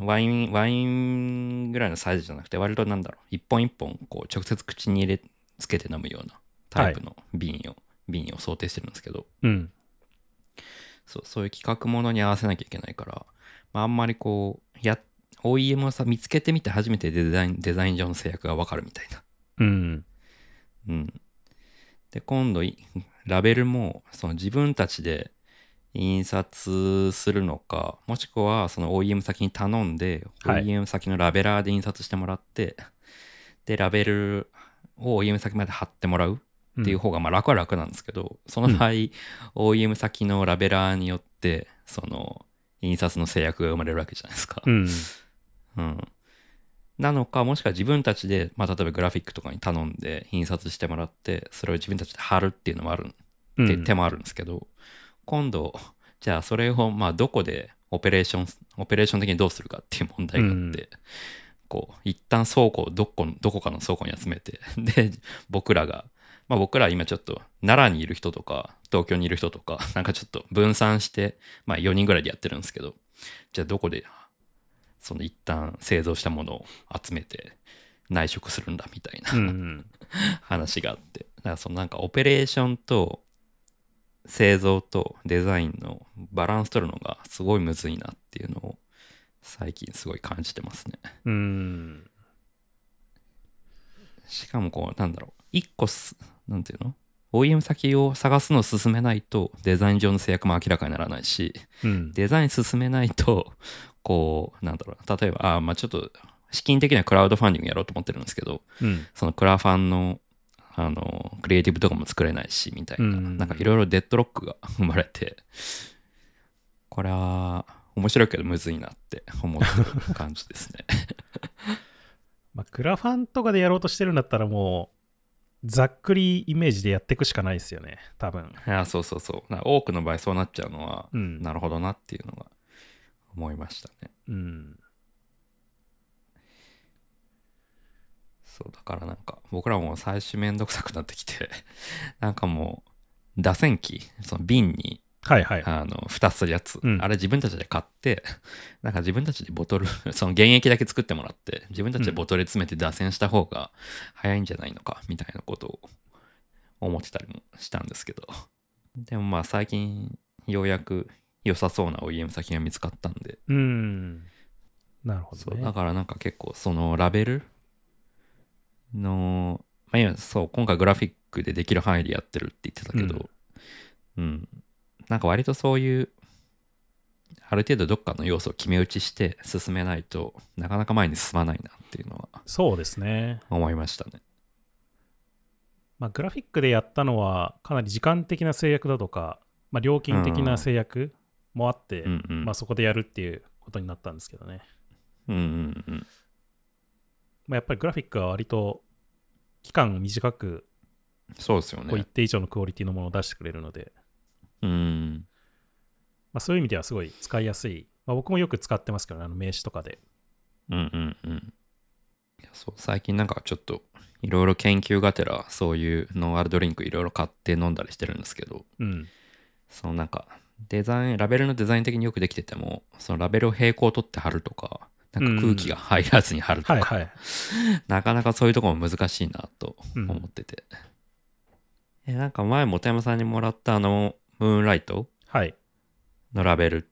Speaker 1: ワインワインぐらいのサイズじゃなくて割となんだろう一本一本こう直接口に入れつけて飲むようなタイプの瓶を、瓶を想定してるんですけど
Speaker 2: うん。
Speaker 1: そうそういう企画ものに合わせなきゃいけないから、まあ、あんまりこうや OEM をさ見つけてみて初めてデザインデザイン上の制約がわかるみたいな
Speaker 2: うん。
Speaker 1: うん。で、今度い、ラベルも、その自分たちで印刷するのか、もしくは、その OEM 先に頼んで、
Speaker 2: はい
Speaker 1: OEM 先のラベラーで印刷してもらって、で、ラベルを OEM 先まで貼ってもらうっていう方がまあ楽は楽なんですけど、その場合、OEM 先のラベラーによって、その、印刷の制約が生まれるわけじゃないですか。
Speaker 2: うん、うん
Speaker 1: うん。なのか、もしくは自分たちで、まあ、例えばグラフィックとかに頼んで印刷してもらって、それを自分たちで貼るっていうのもある、
Speaker 2: うん
Speaker 1: って手もあるんですけど、今度、じゃあそれを、まあ、どこでオペレーション、オペレーション的にどうするかっていう問題があって、
Speaker 2: うん
Speaker 1: こう、一旦倉庫をどこ、どこかの倉庫に集めて、 で、僕らが、まあ僕ら今ちょっと奈良にいる人とか東京にいる人とか なんかちょっと分散してまあ4人ぐらいでやってるんですけどじゃあどこでその一旦製造したものを集めて内職するんだみたいな
Speaker 2: うんうん
Speaker 1: 話があってだからそのなんかオペレーションと製造とデザインのバランス取るのがすごいむずいなっていうのを最近すごい感じてますね
Speaker 2: うん
Speaker 1: しかもこうなんだろう一個すなんていうの OEM 先を探すのを進めないとデザイン上の制約も明らかにならないし
Speaker 2: うん
Speaker 1: デザイン進めないとこうなんだろう例えばあーまあちょっと資金的にはクラウドファンディングやろうと思ってるんですけど
Speaker 2: うん
Speaker 1: そのクラファンのあのクリエイティブとかも作れないしみたいな、
Speaker 2: うん
Speaker 1: なんかいろいろデッドロックが生まれてこれは面白いけどむずいなって思ってる感じですね
Speaker 2: まあ、クラファンとかでやろうとしてるんだったらもうざっくりイメージでやっていくしかないですよね多 分、
Speaker 1: いやそうそうそうなんか多くの場合そうなっちゃうのは
Speaker 2: うん
Speaker 1: なるほどなっていうのが思いましたね。
Speaker 2: うん
Speaker 1: そうだからなんか僕らも最初めんどくさくなってきてなんかもう打線機その瓶に
Speaker 2: はいはい
Speaker 1: あの蓋するやつ、
Speaker 2: うん
Speaker 1: あれ自分たちで買って なんか自分たちでボトル その原液だけ作ってもらって自分たちでボトル詰めて打線した方が早いんじゃないのかみたいなことを思ってたりもしたんですけどでもまあ最近ようやく良さそうな OEM 先が見つかったんで
Speaker 2: うんなるほ
Speaker 1: そ
Speaker 2: ど
Speaker 1: う
Speaker 2: ね
Speaker 1: だからなんか結構そのラベルの、まあ、今そう今回グラフィックでできる範囲でやってるって言ってたけど、うんなんか割とそういうある程度どっかの要素を決め打ちして進めないとなかなか前に進まないなっていうのは
Speaker 2: そうですね、
Speaker 1: 思いましたね。
Speaker 2: まあ、グラフィックでやったのはかなり時間的な制約だとか、まあ、料金的な制約もあって、
Speaker 1: うんうん
Speaker 2: まあ、そこでやるっていうことになったんですけどね、
Speaker 1: うんうんうん
Speaker 2: まあ、やっぱりグラフィックは割と期間短く
Speaker 1: そうですよ
Speaker 2: こう一
Speaker 1: ね。
Speaker 2: 定以上のクオリティのものを出してくれるので、
Speaker 1: うん
Speaker 2: まあ、そういう意味ではすごい使いやすい、まあ、僕もよく使ってますけどねあの名刺とかで
Speaker 1: うんうんうん。いやそう最近なんかちょっといろいろ研究がてらそういうノンアルドリンクいろいろ買って飲んだりしてるんですけど
Speaker 2: うん
Speaker 1: そのなんかデザインラベルのデザイン的によくできててもそのラベルを平行取って貼るとかなんか空気が入らずに貼るとか、
Speaker 2: はいはい
Speaker 1: なかなかそういうところも難しいなと
Speaker 2: うん
Speaker 1: 思ってて、えなんか前本山さんにもらったあのムーンライト
Speaker 2: はい
Speaker 1: のラベルっ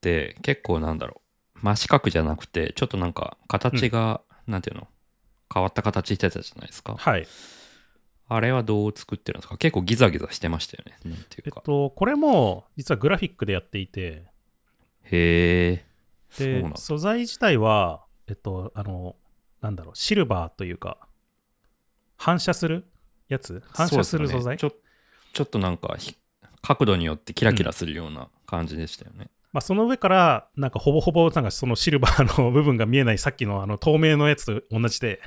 Speaker 1: て結構なんだろう真四角じゃなくてちょっとなんか形が、なんていうの変わった形してたじゃないですか
Speaker 2: はい
Speaker 1: あれはどう作ってるんですか結構ギザギザしてましたよねなんてい
Speaker 2: え
Speaker 1: う
Speaker 2: っ
Speaker 1: か、
Speaker 2: とこれも実はグラフィックでやっていて
Speaker 1: へえそう
Speaker 2: で
Speaker 1: なんだ
Speaker 2: 素材自体はえっとあのなんだろうシルバーというか反射するやつ反射する素
Speaker 1: そうで
Speaker 2: 材
Speaker 1: すよねちょちょっとなんかひ角度によってキラキラするような感じでしたよね、
Speaker 2: まあ、その上からなんかほぼほぼなんかそのシルバーの部分が見えないさっきのあの透明のやつと同じで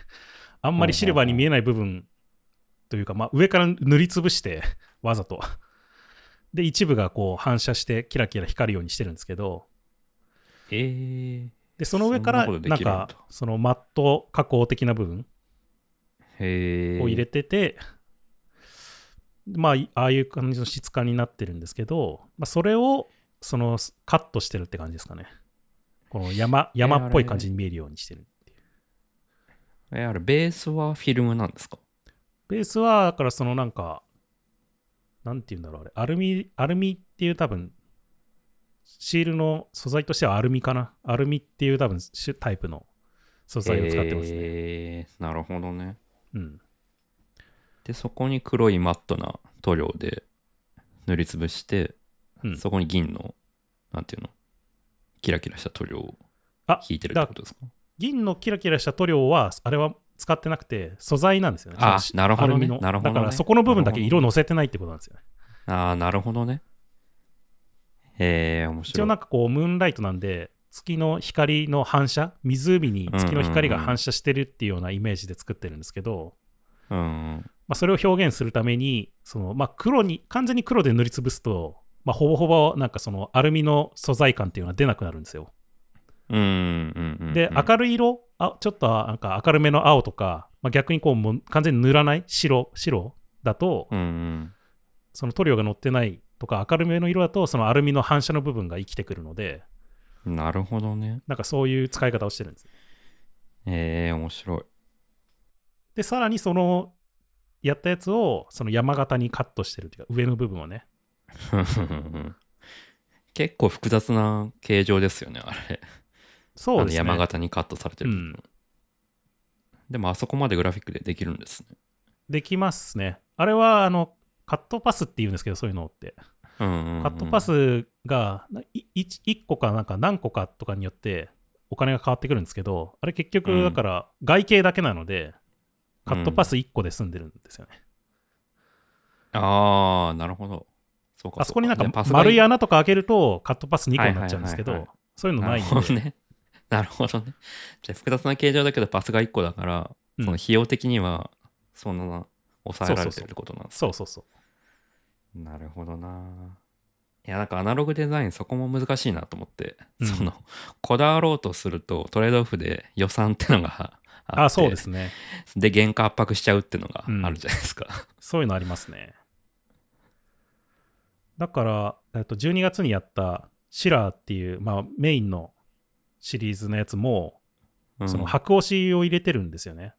Speaker 2: あんまりシルバーに見えない部分というか、まあ、上から塗りつぶしてわざとで一部がこう反射してキラキラ光るようにしてるんですけど
Speaker 1: へえ
Speaker 2: でその上か
Speaker 1: そ
Speaker 2: ら
Speaker 1: んなことでき
Speaker 2: なん
Speaker 1: るんだ
Speaker 2: かそのマット加工的な部分
Speaker 1: へえ
Speaker 2: を入れてて、まあいああいう感じの質感になってるんですけど、まあ、それをそのすカットしてるって感じですかねこの山山っぽい感じに見えるようにしてるっていう
Speaker 1: えあれベースはフィルムなんですか
Speaker 2: ベースはだからそのなんかなんて言うんだろうあれアルミアルミっていう多分シールの素材としてはアルミかなアルミっていう多分種タイプの素材を使ってますね、
Speaker 1: へえなるほどね
Speaker 2: うん
Speaker 1: でそこに黒いマットな塗料で塗りつぶして、
Speaker 2: うん
Speaker 1: そこに銀のなんていうのキラキラした塗料を
Speaker 2: あ
Speaker 1: 引いてるってことですか
Speaker 2: 銀のキラキラした塗料は、あれは使ってなくて、素材なんですよね。
Speaker 1: あ
Speaker 2: し
Speaker 1: なるほどね
Speaker 2: アルミの
Speaker 1: なるほどね
Speaker 2: だから、そこの部分だけ色乗せてないってことなんですよね。
Speaker 1: ああなるほどねへえ面白
Speaker 2: 一応
Speaker 1: い
Speaker 2: なんかこう、ムーンライトなんで、月の光の反射、湖に月の光が反射してるっていうようなイメージで作ってるんですけど、
Speaker 1: うん
Speaker 2: まあ、それを表現するためにその、まあ、黒に完全に黒で塗りつぶすと、まあ、ほぼほぼなんかそのアルミの素材感っていうのは出なくなるんですよ。
Speaker 1: うんうんうん
Speaker 2: で、
Speaker 1: い
Speaker 2: 明るい色あちょっとなんか明るめの青とか、まあ、逆にこうもう完全に塗らない白白だと、
Speaker 1: うんうん
Speaker 2: その塗料が乗ってないとか明るめの色だとそのアルミの反射の部分が生きてくるので
Speaker 1: なるほどね
Speaker 2: なんかそういう使い方をしてるんです。
Speaker 1: へえ面白い
Speaker 2: でさらにそのやったやつをその山形にカットしてるっていうか上の部分をね
Speaker 1: 結構複雑な形状ですよね、あれ。
Speaker 2: そうですね
Speaker 1: あの山形にカットされてる、
Speaker 2: うん
Speaker 1: でもあそこまでグラフィックでできるんですね。
Speaker 2: できますね。あれはあのカットパスって言うんですけど、そういうのって。
Speaker 1: うんうんうん
Speaker 2: カットパスが1個かなんか何個かとかによってお金が変わってくるんですけど、あれ結
Speaker 1: う
Speaker 2: 局
Speaker 1: ん
Speaker 2: だから外形だけなので、カットパス1個で済んでるんですよね。
Speaker 1: ああ、なるほど。そうかそうか。
Speaker 2: あそこになん
Speaker 1: で
Speaker 2: か
Speaker 1: パスが
Speaker 2: 丸い穴とか開けるとカットパス2個になっちゃうんですけ
Speaker 1: はいはい
Speaker 2: ど
Speaker 1: は、
Speaker 2: そういうの
Speaker 1: な
Speaker 2: ない
Speaker 1: る
Speaker 2: ん
Speaker 1: ほど
Speaker 2: で。
Speaker 1: ね。 なるほどね。じゃあ複雑な形状だけどパスが1個だから、
Speaker 2: うん
Speaker 1: その費用的にはそんな抑えられてるってことなんですね
Speaker 2: そうそうそう。
Speaker 1: なるほどな。いやなんかアナログデザインそこも難しいなと思って、
Speaker 2: うん
Speaker 1: そのこだわろうとするとトレードオフで予算ってのがあって
Speaker 2: あ、そうですね。
Speaker 1: で原価圧迫しちゃうってのが
Speaker 2: うん
Speaker 1: あるじゃないですか、
Speaker 2: そういうのありますね。だから、えっと、12月にやったシラーっていう、まあ、メインのシリーズのやつも、
Speaker 1: うん、
Speaker 2: その白押しを入れてるんですよね。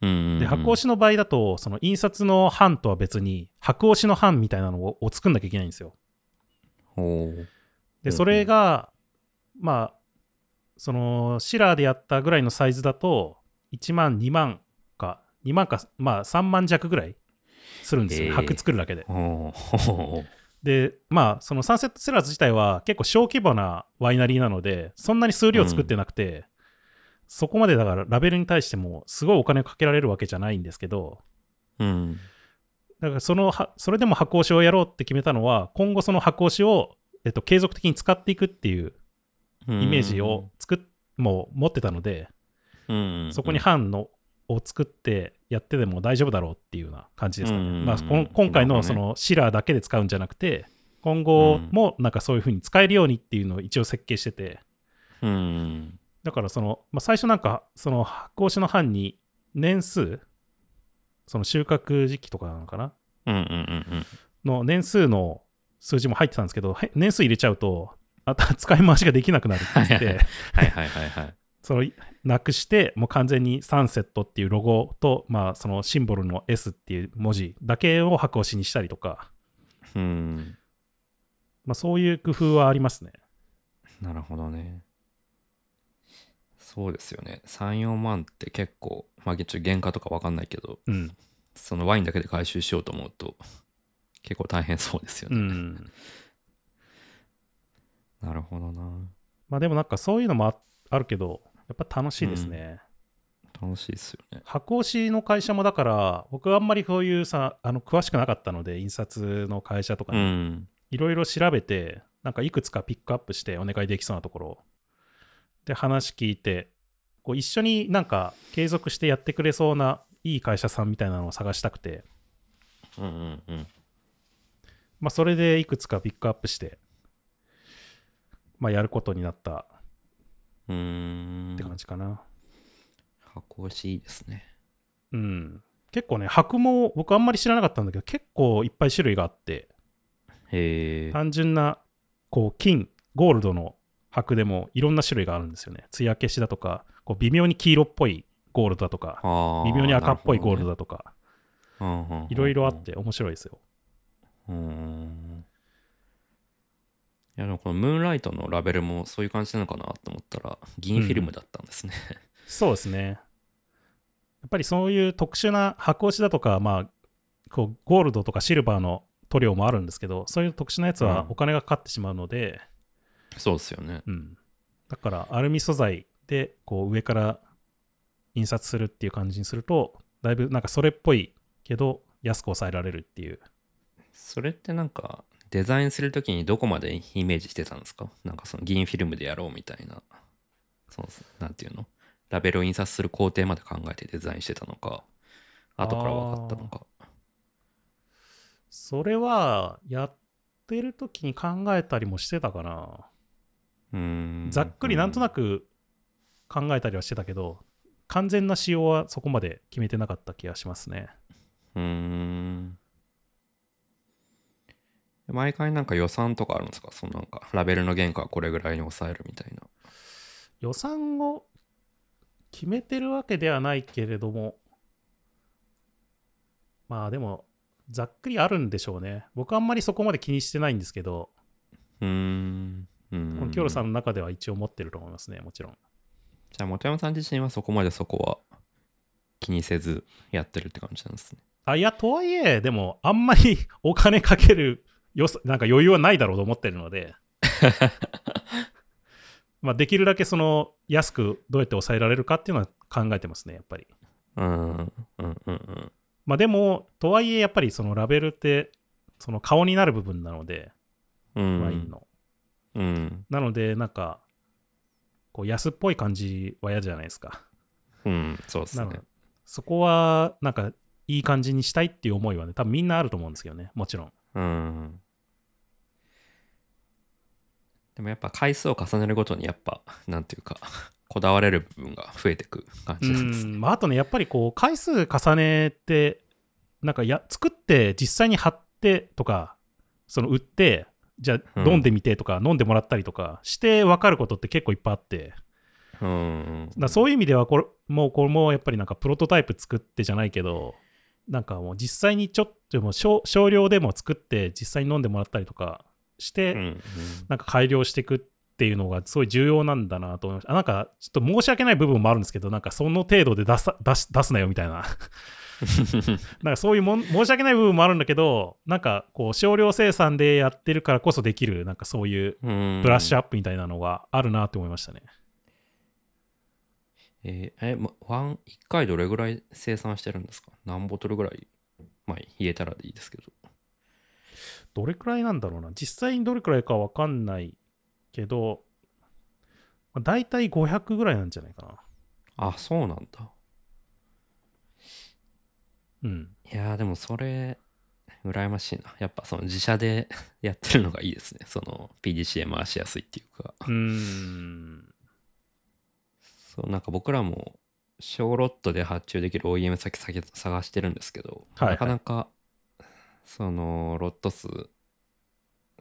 Speaker 1: うんうんうん
Speaker 2: で、白押しの場合だと、その印刷の版とは別に、白押しの版みたいなのをを作んなきゃいけないんですよ。
Speaker 1: ほう
Speaker 2: で、
Speaker 1: うんうん
Speaker 2: それが、まあ、そのシラーでやったぐらいのサイズだと、1万、2万か、2万か、まあ、3万弱ぐらいするんですよ、
Speaker 1: えー
Speaker 2: 白作るだけで。
Speaker 1: ほうほ
Speaker 2: でまあそのサンセットセラーズ自体は結構小規模なワイナリーなのでそんなに数量作ってなくて、そこまでだからラベルに対してもすごいお金をかけられるわけじゃないんですけど
Speaker 1: ううん
Speaker 2: だからそのはそれでも箱押しをやろうって決めたのは今後その箱押しを、えっと、継続的に使っていくっていうイメージを作っ、もう持ってたので
Speaker 1: うんうんうん
Speaker 2: そこに版のを作ってやってでも大丈夫だろうっていうような感じですかね。
Speaker 1: うんうんうん
Speaker 2: まあ、この今回
Speaker 1: な
Speaker 2: の
Speaker 1: るほ
Speaker 2: そ
Speaker 1: どね
Speaker 2: のシラーだけで使うんじゃなくて、今後もなんかそういう風に使えるようにっていうのを一応設計してて、
Speaker 1: うん
Speaker 2: だからその、まあ、最初なんかその発行紙の版に年数、その収穫時期とかなのかな
Speaker 1: うんうんうん
Speaker 2: の年数の数字も入ってたんですけど、へ年数入れちゃうと、あ と使い回しができなくなるって言っ
Speaker 1: はい
Speaker 2: て、
Speaker 1: はいはいはいはい
Speaker 2: そのなくして、もう完全にサンセットっていうロゴと、まあ、そのシンボルの S っていう文字だけを白押しにしたりとか、
Speaker 1: うん
Speaker 2: まあ、そういう工夫はありますね。
Speaker 1: なるほどねそうですよね34万って結構まあちょっと原価とかわかんないけど
Speaker 2: うん。
Speaker 1: そのワインだけで回収しようと思うと結構大変そうですよ
Speaker 2: う
Speaker 1: ね。
Speaker 2: ん。
Speaker 1: なるほどな。
Speaker 2: まあ、でもなんかそういうのもああるけど、やっぱ楽しいですね。
Speaker 1: 楽しいですよね。
Speaker 2: 箱押しの会社もだから、僕はあんまりそういうさ、あの詳しくなかったので、印刷の会社とか
Speaker 1: う
Speaker 2: ね
Speaker 1: ん。
Speaker 2: いろいろ調べて、なんかいくつかピックアップしてお願いできそうなところで話聞いて、こう一緒になんか継続してやってくれそうないい会社さんみたいなのを探したくて、
Speaker 1: うんうんうん。
Speaker 2: まあ、それでいくつかピックアップして、まあ、やることになった
Speaker 1: うーん。
Speaker 2: って感じかな。
Speaker 1: 箱押しいいですね。
Speaker 2: うん。結構ね、箔も僕あんまり知らなかったんだけど、結構いっぱい種類があって、
Speaker 1: へえ。
Speaker 2: 単純なこう金ゴールドの箔でもいろんな種類があるんですよね艶消しだとかこう微妙に黄色っぽいゴールドだとか
Speaker 1: あ
Speaker 2: 微妙に赤っぽいゴールド
Speaker 1: だ。
Speaker 2: だとか
Speaker 1: うんうんうん
Speaker 2: いろいろあっ。て面白いですよ
Speaker 1: うん。いやでもこのムーンライトのラベルもそういう感じなのかなと思ったら銀フィルムだったんですね。
Speaker 2: そうですねやっぱりそういう特殊な箔押しだとかまあこうゴールドとかシルバーの塗料もあるんですけどそういう特殊なやつは
Speaker 1: うん
Speaker 2: お金がかかってしまうので、
Speaker 1: そうですよね。
Speaker 2: うんだからアルミ素材でこう上から印刷するっていう感じにするとだいぶなんかそれっぽいけど安く抑えられるっていう
Speaker 1: それってなんかデザインするときにどこまでイメージしてたんですかなんかその銀フィルムでやろうみたいな、そのなんていうのラベルを印刷する工程まで考えてデザインしてたのか、後から分かったのか。
Speaker 2: それはやってる時に考えたりもしてたかな、
Speaker 1: うーん
Speaker 2: ざっくりなんとな
Speaker 1: く。
Speaker 2: く考えたりはしてたけど完全な仕様はそこまで決めてなかった気がしますね
Speaker 1: うーん。毎回なんか予算とかあるんですかそのなんかラベルの原価はこれぐらいに抑えるみたいな。
Speaker 2: 予算を決めてるわけではないけれどもまあでもざっくりあるんでしょうね僕あんまりそこまで気にしてないんですけど、
Speaker 1: うーん。うー
Speaker 2: この
Speaker 1: ん
Speaker 2: キョロさんの中では一応持ってると思いますねもちろん
Speaker 1: じゃあ、本山さん自身はそこまでそこは気にせずやってるって感じなんですね。
Speaker 2: あいやとはいえでもあんまり お金かけるよさなんか余裕はないだろうと思ってるの でまあできるだけその安くどうやって抑えられるかっていうのは考えてますねやっぱり
Speaker 1: うん、うん、うん、うん。
Speaker 2: まあでも、とはいえやっぱりそのラベルって、その顔になる部分なので、
Speaker 1: うん、
Speaker 2: ワインの。
Speaker 1: うん、
Speaker 2: なので、なんか、こう安っぽい感じは嫌じゃないですか。
Speaker 1: うん、そうです
Speaker 2: なので
Speaker 1: ね。、
Speaker 2: そこは、なんか、いい感じにしたいっていう思いはね、多分みんなあると思うんですけどね、もちろん。
Speaker 1: うん。でもやっぱ回数を重ねるごとにやっぱ、なんていうか、こだわれる部分が増えてく感
Speaker 2: う
Speaker 1: じなんですね。
Speaker 2: んまあ、あとね、やっぱりこう、回数重ねて、なんかや、作って、実際に貼ってとか、その売って、じゃあ
Speaker 1: うん
Speaker 2: 飲んでみてとか、飲んでもらったりとかして分かることって結構いっぱいあって、
Speaker 1: うん
Speaker 2: だか。らそういう意味ではこれもうこれもやっぱりなんかプロトタイプ作ってじゃないけどなんかもう実際にちょっともう少少量でも作って実際に飲んでもらったりとかして、
Speaker 1: うんうん
Speaker 2: なんか改良していくっていうのがすごい重要なんだなと思いましたあなんかちょっと申し訳ない部分もあるんですけどなんかその程度で出さ出し出すなよみたいな なんかそういうもん申し訳ない部分もあるんだけどなんかこう少量生産でやってるからこそできるなんかそういう
Speaker 1: うん
Speaker 2: ブラッシュアップみたいなのがあるなって思いましたね、
Speaker 1: えーえ、まワン、一回どれぐらい生産してるんですか何ボトルぐらいまあ、言えたらでいいですけど。
Speaker 2: どれくらいなんだろうな実際にどれくらいかわかんないけど、まあ、大体500ぐらいなんじゃないか
Speaker 1: あ、そうなんだ。
Speaker 2: なうん
Speaker 1: いやーでもそれ、羨ましいな。やっぱその自社で やってるのがいいですね。その PDCA 回しやすいっていうか。
Speaker 2: うーん
Speaker 1: そう、なんか僕らも小ロットで発注できる OEM 先先探してるんですけど、
Speaker 2: はいはい
Speaker 1: なかなか、そのロット数、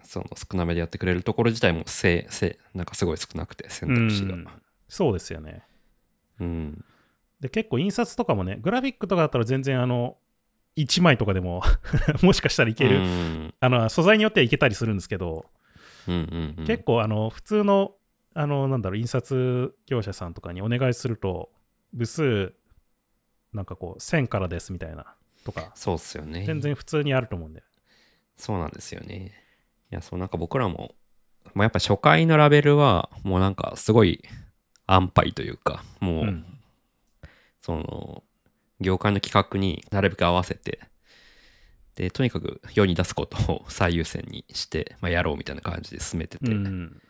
Speaker 1: その少なめでやってくれるところ自体もせせなんかすごい少なくて選択肢が。
Speaker 2: うんそうですよね
Speaker 1: うん。
Speaker 2: で結構印刷とかもねグラフィックとかだったら全然あの1枚とかでも もしかしたらいける、
Speaker 1: うん
Speaker 2: あの素材によってはいけたりするんですけど、
Speaker 1: うんうんうん、
Speaker 2: 結構あの普通のあのなんだろう印刷業者さんとかにお願いすると部数なんかこう1000からですみたいなとか
Speaker 1: そうっすよね。
Speaker 2: 全然普通にあると思うんで
Speaker 1: そうなんですよね。いや、そうなんか僕らも、もうやっぱ初回のラベルは、もうなんかすごい安牌というか、もう、
Speaker 2: うん
Speaker 1: その、業界の企画になるべく合わせて、で、とにかく世に出すことを最優先にして、まあ、やろうみたいな感じで進めてて、
Speaker 2: うん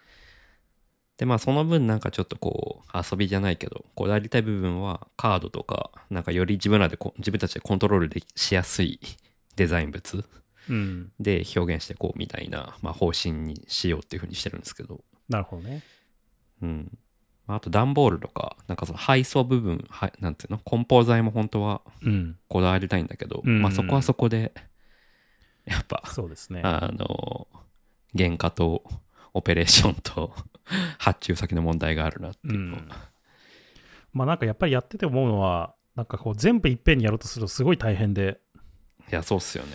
Speaker 1: で、まあその分なんかちょっとこう、遊びじゃないけど、こだわりたい部分はカードとか、なんかより自分らでこ、自分たちでコントロールできしやすいデザイン物
Speaker 2: うん、
Speaker 1: で表現してこうみたいな、まあ、方針にしようっていうふうにしてるんですけど、
Speaker 2: なるほどね。
Speaker 1: うん、まああと段ボールとかなんかその配送部分はなんていうの梱包材も本当は
Speaker 2: うん、
Speaker 1: こだわりたいんだけど、
Speaker 2: うん
Speaker 1: まあ、そこはそこでやっぱ
Speaker 2: そうですね。
Speaker 1: あの原価とオペレーションと発注先の問題があるなっていうのを、
Speaker 2: うんまあなんかやっぱりやってて思うのは、なんかこう全部いっぺんにやろうとするとすごい大変で、
Speaker 1: いやそうっすよね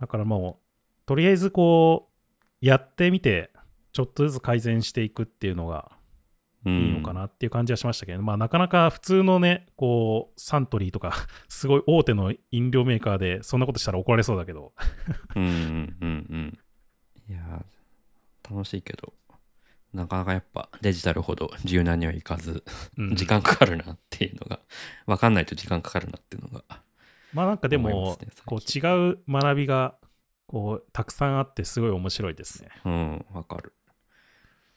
Speaker 2: だからもう、とりあえずこう、やってみて、ちょっとずつ改善していくっていうのが、
Speaker 1: うん
Speaker 2: いいのかなっていう感じはしましたけど、まあ、なかなか普通のね、こう、サントリーとか、 すごい大手の飲料メーカーで、そんなことしたら怒られそうだけど、
Speaker 1: うんうんうんうんいやー楽しいけどなかなかやっぱデジタルほど柔軟にはいかず
Speaker 2: うん
Speaker 1: 時間かかるなっていうのが分かんないと時間かかるなっていうのが
Speaker 2: まあなんかで
Speaker 1: 思いま
Speaker 2: も、
Speaker 1: すね最
Speaker 2: こう違
Speaker 1: 近
Speaker 2: う学びが、こう、たくさんあって、すごい面白いですね。
Speaker 1: うんわかる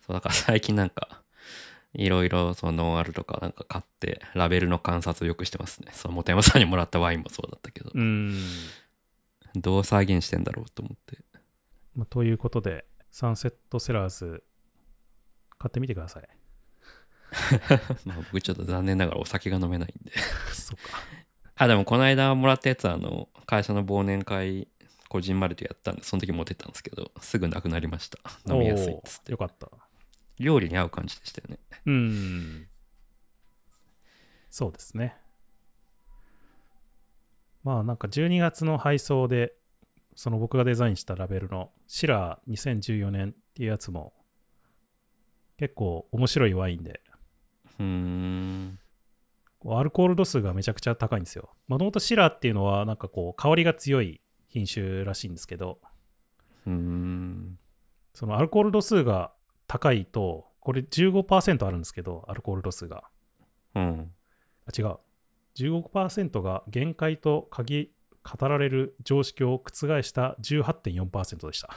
Speaker 1: そうだから最近なんかいろいろそのノンアルとかなんか買ってラベルの観察をよくしてますねその本山さんにもらったワインもそうだったけど、
Speaker 2: うん。
Speaker 1: どう再現してんだろうと思って
Speaker 2: まあということで、サンセットセラーズ、買ってみてく ださい。
Speaker 1: まあ僕ちょっと残念ながらお酒が飲めないんで
Speaker 2: そっか。
Speaker 1: あでもこの間もらったやつはあの会社の忘年会こじんまりとやったんでその時持ってったんですけどすぐなくなりました飲みやすいっつっ
Speaker 2: おー
Speaker 1: て
Speaker 2: よかった。
Speaker 1: 料理に合う感じでしたよね
Speaker 2: うん。そうですね。まあなんか12月の配送で、その僕がデザインしたラベルのシラー2014年っていうやつも結構面白いワインで、
Speaker 1: うーん
Speaker 2: こうアルコール度数がめちゃくちゃ高いんですよ。もともとシラーっていうのはなんかこう香りが強い品種らしいんですけど、
Speaker 1: うーん
Speaker 2: そのアルコール度数が高いと、これ15%あるんですけど、アルコール度数が。
Speaker 1: うん
Speaker 2: あ違う15%が限界と鍵語られる常識を覆した18.4%でした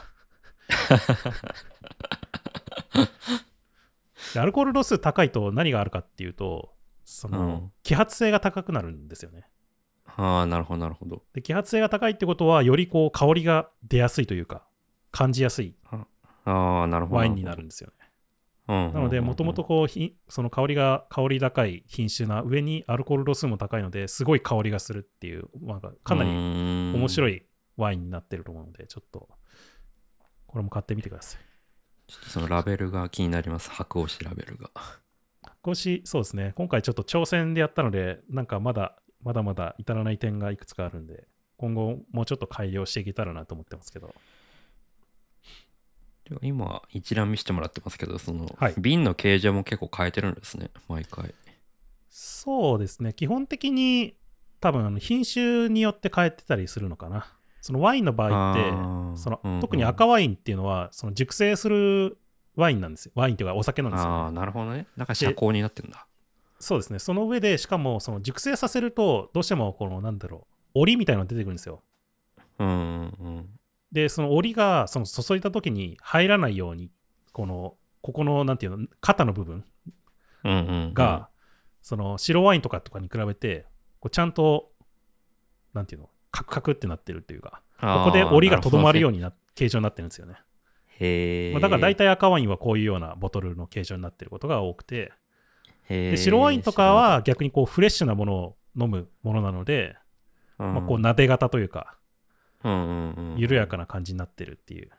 Speaker 2: でアルコール度数高いと何があるかっていうとその、
Speaker 1: うん
Speaker 2: 揮発性が高くなるんですよね
Speaker 1: ああなるほどなるほど
Speaker 2: で揮発性が高いってことはよりこう香りが出やすいというか感じやすい
Speaker 1: ああなるほど
Speaker 2: ワインになるんですよね
Speaker 1: な
Speaker 2: なので、もともとこうひん、その香りが、香り高い品種な上にアルコール度数も高いので、すごい香りがするっていう、なんかかなり面
Speaker 1: 面
Speaker 2: 白
Speaker 1: い
Speaker 2: いワインになってると思うので、ちょっと、これも買ってみてください。
Speaker 1: ちょっとそのラベルが気になります白押しラベルが
Speaker 2: 少し、そうですね、今回ちょっと挑戦でやったので、なんかまだ、まだまだ至らない点がいくつかあるんで、今後もうちょっと改良していけたらなと思ってますけど、
Speaker 1: でも今一覧見せてもらってますけどその、
Speaker 2: はい
Speaker 1: 瓶の形状も結構変えてるんですね毎回
Speaker 2: そうですね、基本的に多分あの品種によって変えてたりするのかな。そのワインの場合って、
Speaker 1: あー
Speaker 2: その
Speaker 1: うんうん
Speaker 2: 特に赤ワインっていうのはその熟成するワインなんですよワインというかお酒なんですよ
Speaker 1: ああなるほどねなんか社交になってんだ
Speaker 2: そうですねその上でしかもその熟成させるとどうしてもこのなんだろう檻みたいなのが出てくるんですよ
Speaker 1: うんうん
Speaker 2: でその檻がその注いだ時に入らないようにこのここのなんていうの肩の部分
Speaker 1: うんうんうん
Speaker 2: が、その白ワインとかとかに比べてこうちゃんとなんていうのカクカクってなってるっていうかここで檻がとどまるよう
Speaker 1: に
Speaker 2: にな形状になってるんですよね
Speaker 1: へえ、
Speaker 2: まあ、だから大体赤ワインはこういうようなボトルの形状になってることが多くて、
Speaker 1: へー
Speaker 2: で白ワインとかは逆にこうフレッシュなものを飲むものなので、
Speaker 1: 知らなか
Speaker 2: まあ、
Speaker 1: った
Speaker 2: こう撫で型というか
Speaker 1: うんうんうんうん
Speaker 2: 緩やかな感じになってるっていう、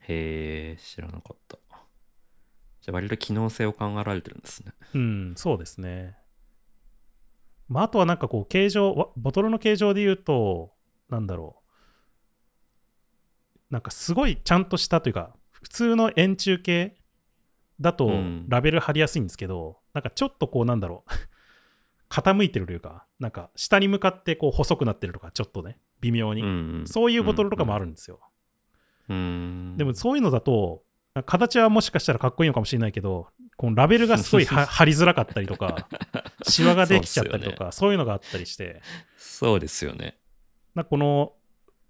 Speaker 1: へえ知らなかったじゃあ割と機能性を考えられてるんですね
Speaker 2: うんそうですね、まあ、あとはなんかこう形状わボトルの形状で言うとなんだろうなんかすごいちゃんとしたというか普通の円柱形だと
Speaker 1: うん
Speaker 2: ラベル貼りやすいんですけど、なんかちょっとこうなんだろう傾いてるというかなんか下に向かってこう細くなってるとかちょっとね微妙に、
Speaker 1: うんん
Speaker 2: そういうボトルとかもあるんですよ、
Speaker 1: うん
Speaker 2: でもそういうのだと形はもしかしたらかっこいいのかもしれないけどこのラベルがすごいは貼りづらかったり とかシワができちゃったりとかそう,、いうのがあったりして
Speaker 1: そうですよね
Speaker 2: なんかこの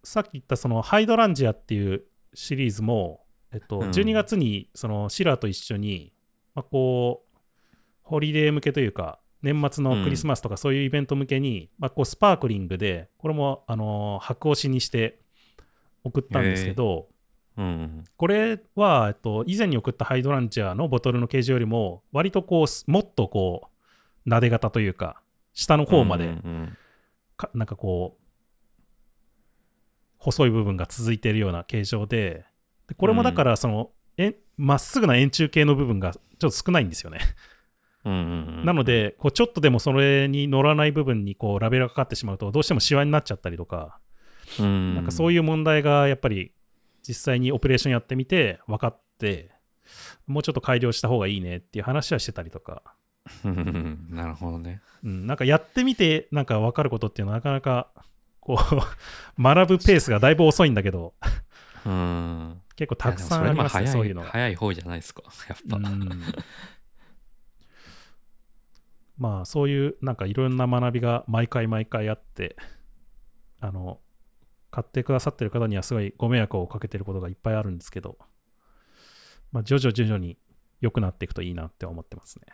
Speaker 2: さっき言ったそのハイドランジアっていうシリーズも、えっ
Speaker 1: う
Speaker 2: と、
Speaker 1: ん
Speaker 2: 12月にそのシラーと一緒に、まあ、こうホリデー向けというか年末のクリスマスとかそういうイベント向けに、まあ、こうスパークリングでこれもあの白押しにして送ったんですけど、
Speaker 1: うんうん
Speaker 2: これは、えっと、以前に送ったハイドランジャーのボトルの形状よりも、割とこうす、もっとこう、撫で型というか、下の方ま
Speaker 1: うん
Speaker 2: で
Speaker 1: うん
Speaker 2: か、なんかこう、細い部分が続いているような形状で、でこれもだから、その、えまっすぐな円柱形の部分がちょっと少ないんですよね。
Speaker 1: うんうんうん
Speaker 2: なので、こうちょっとでもそれに乗らない部分にこうラベルがかかってしまうと、どうしてもシワになっちゃったりとか、
Speaker 1: うん
Speaker 2: なんかそう
Speaker 1: い
Speaker 2: いう問題がやっぱり実際にオペレーションやってみて分かってもうちょっと改良した方がいいねっていう話はしてたりとか、
Speaker 1: うんなるほどね。
Speaker 2: うん、なんかやってみてなんか分かることっていうのはなかなかこう 学ぶペースがだいぶ遅いんだけど
Speaker 1: うん。
Speaker 2: 結構たくさんありますね
Speaker 1: やでも
Speaker 2: そ
Speaker 1: れに
Speaker 2: ういう
Speaker 1: は
Speaker 2: のが。
Speaker 1: 早い方じゃないですか、やっぱ。
Speaker 2: うん まあそういうなんかいろんな学びが毎回毎回あってあの買ってくださってる方にはすごいご迷惑をかけてることがいっぱいあるんですけど、まあ、徐々徐々に良くなっていくといいなって思ってますね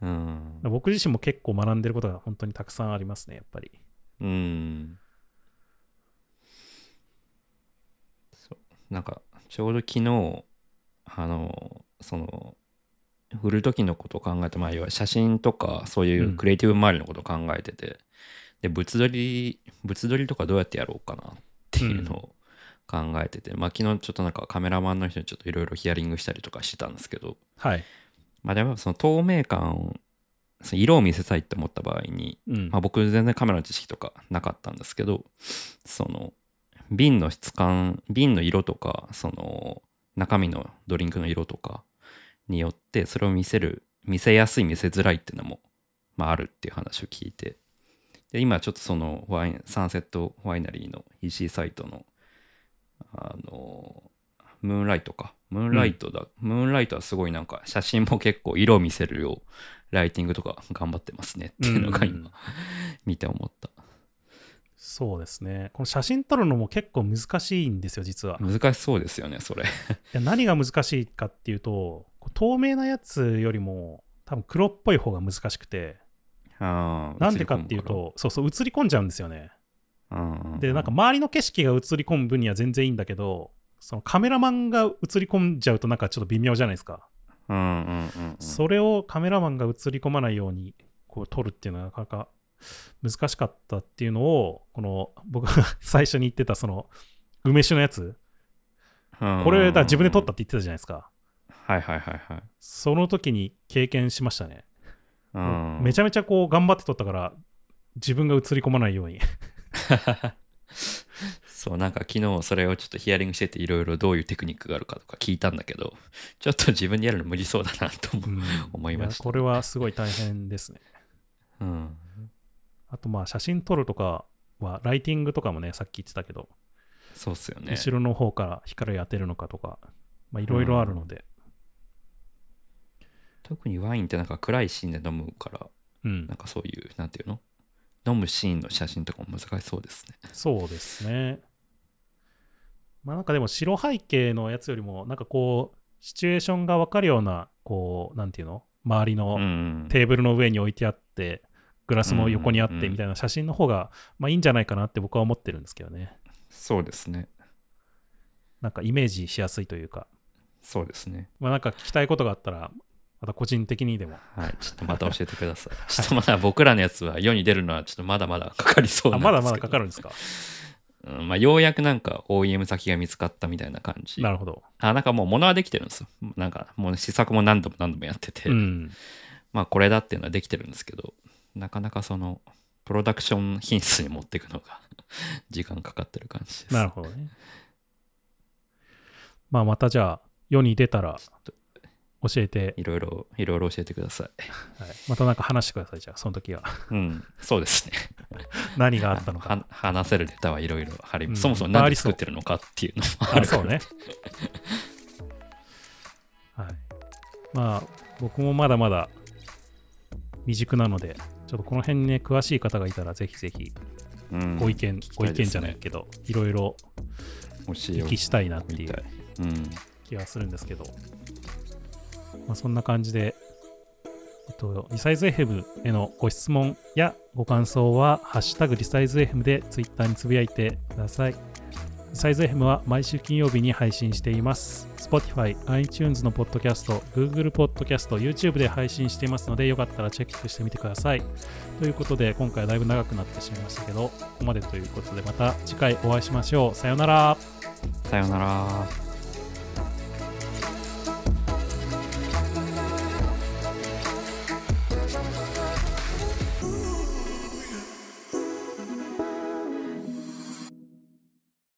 Speaker 1: うん。
Speaker 2: 僕自身も結構学んでることが本当にたくさんありますねやっぱり
Speaker 1: うん。そうなんか、ちょうど昨日、あの、その、売る時のことを考えて、まあ、要は写真とか、そういうクリエイティブ周りのことを考えてて、で、物撮り、物撮りとかどうやってやろうかなっていうのを考えてて、まあ、昨日ちょっとなんかカメラマンの人にちょっといろいろヒアリングしたりとかしてたんですけど、
Speaker 2: はい
Speaker 1: まあ、でもその透明感を、その色を見せたいって思った場合に、
Speaker 2: うん
Speaker 1: まあ、僕全然カメラの知識とかなかったんですけどその瓶の質感瓶の色とかその中身のドリンクの色とかによってそれを見せる見せやすい見せづらいっていうのも、まあ、あるっていう話を聞いてで今ちょっとそのワインサンセットワイナリーの EC サイトのあのムーンライトかムーンライトだ、ムーンライトはすごいなんか写真も結構色を見せるようライティングとか頑張ってますねっていうのが今、
Speaker 2: うん
Speaker 1: 見て思った
Speaker 2: そうですねこの写真撮るのも結構難しいんですよ実は、
Speaker 1: 難しそうですよねそれ
Speaker 2: いや何が難しいかっていうとこう透明なやつよりも多分黒っぽい方が難しくて
Speaker 1: あー
Speaker 2: なんでかっていう、とそうそう映り込んじゃうんですよね
Speaker 1: 映り込むからうんうんうん
Speaker 2: でなんか周りの景色が映り込む分には全然いいんだけどそのカメラマンが映り込んじゃうとなんかちょっと微妙じゃないですか、
Speaker 1: うんうんうんうん
Speaker 2: それをカメラマンが映り込まないようにこう撮るっていうのはなかなか難しかったっていうのをこの 僕が最初に言ってたその梅酒のやつこれだから自分で撮ったって言ってたじゃないですか
Speaker 1: はいはいはいはい
Speaker 2: その時に経験しましたね
Speaker 1: うん
Speaker 2: めちゃめちゃこう頑張って撮ったから自分が映り込まな いように
Speaker 1: そうなんか昨日それをちょっとヒアリングしてていろいろどういうテクニックがあるかとか聞いたんだけどちょっと自分でやるの無理そうだなと思う、思いました
Speaker 2: やこれはすごい大変ですね
Speaker 1: うん、
Speaker 2: あとまあ写真撮るとかはライティングとかもねさっき言ってたけど、
Speaker 1: そうっすよね
Speaker 2: 後ろの方から光を当てるのかとかまあいろいろあるので、
Speaker 1: 特にワインってなんか暗いシーンで飲むから
Speaker 2: うん
Speaker 1: なんかそういうなんていうの飲むシーンの写真とかも難しそうですね
Speaker 2: そうですねまあなんかでも白背景のやつよりもなんかこうシチュエーションが分かるようなこうなんていうの周りの
Speaker 1: うん
Speaker 2: テーブルの上に置いてあってグラスも横にあってみたいな写真の方が、まあ、いいんじゃないかなって僕は思ってるんですけどね
Speaker 1: そうですね
Speaker 2: なんかイメージしやすいというか、
Speaker 1: そうですね
Speaker 2: まあ、なんか聞きたいことがあったらまた個人的にでも
Speaker 1: はい、ちょっとまた教えてください。 ちょっとまだ僕らのやつは世に出るのはちょっとまだまだかかりそうな
Speaker 2: あ
Speaker 1: んですけ
Speaker 2: ま
Speaker 1: ど。
Speaker 2: だまだかかるんですか
Speaker 1: うんまあ、ようやくなんか OEM 先が見つかったみたいな感じ。
Speaker 2: なるほど、
Speaker 1: あなんかもう物はできてるんですよ。なんかもう試作も何度も何度もやってて、
Speaker 2: うん、
Speaker 1: まあこれだっていうのはできてるんですけど、なかなかそのプロダクション品質に持っていくのが 時間かかってる感じです。
Speaker 2: なるほどねまあまたじゃあ世に出たら教えて、
Speaker 1: いろいろ、いろいろ教えてください。
Speaker 2: はい、またなんか話してくださいじゃあその時は
Speaker 1: うん、そうですね。
Speaker 2: 何があったのか
Speaker 1: は話せるネタはいろいろあり、
Speaker 2: うん
Speaker 1: そもそも何で作ってるのかっていうのもあ
Speaker 2: あ
Speaker 1: るか
Speaker 2: そう
Speaker 1: ら
Speaker 2: ね。 はい。まあ、僕もまだまだ未熟なので、ちょっとこの辺にね、詳しい方がいたら、ぜひぜひ、
Speaker 1: うん
Speaker 2: ご意見、
Speaker 1: き
Speaker 2: ご
Speaker 1: た
Speaker 2: 意
Speaker 1: いですね
Speaker 2: 見じゃないけど、いろいろ
Speaker 1: 教え
Speaker 2: 聞
Speaker 1: を
Speaker 2: きしたいなってい
Speaker 1: みたい。
Speaker 2: う
Speaker 1: うん。
Speaker 2: 気がするんですけど、まあ、そんな感じで、えっと、リサイズ FM へのご質問やご感想は、ハッシュタグリサイズ FM でツイッターにつぶやいてください。リサイズ FM は毎週金曜日に配信しています。Spotify、iTunes のポッドキャスト、Google ポッドキャスト、YouTube で配信していますので、よかったらチェックしてみてください。ということで、今回はだいぶ長くなってしまいましたけど、ここまでということで、また次回お会いしましょう。さようなら。
Speaker 1: さようなら。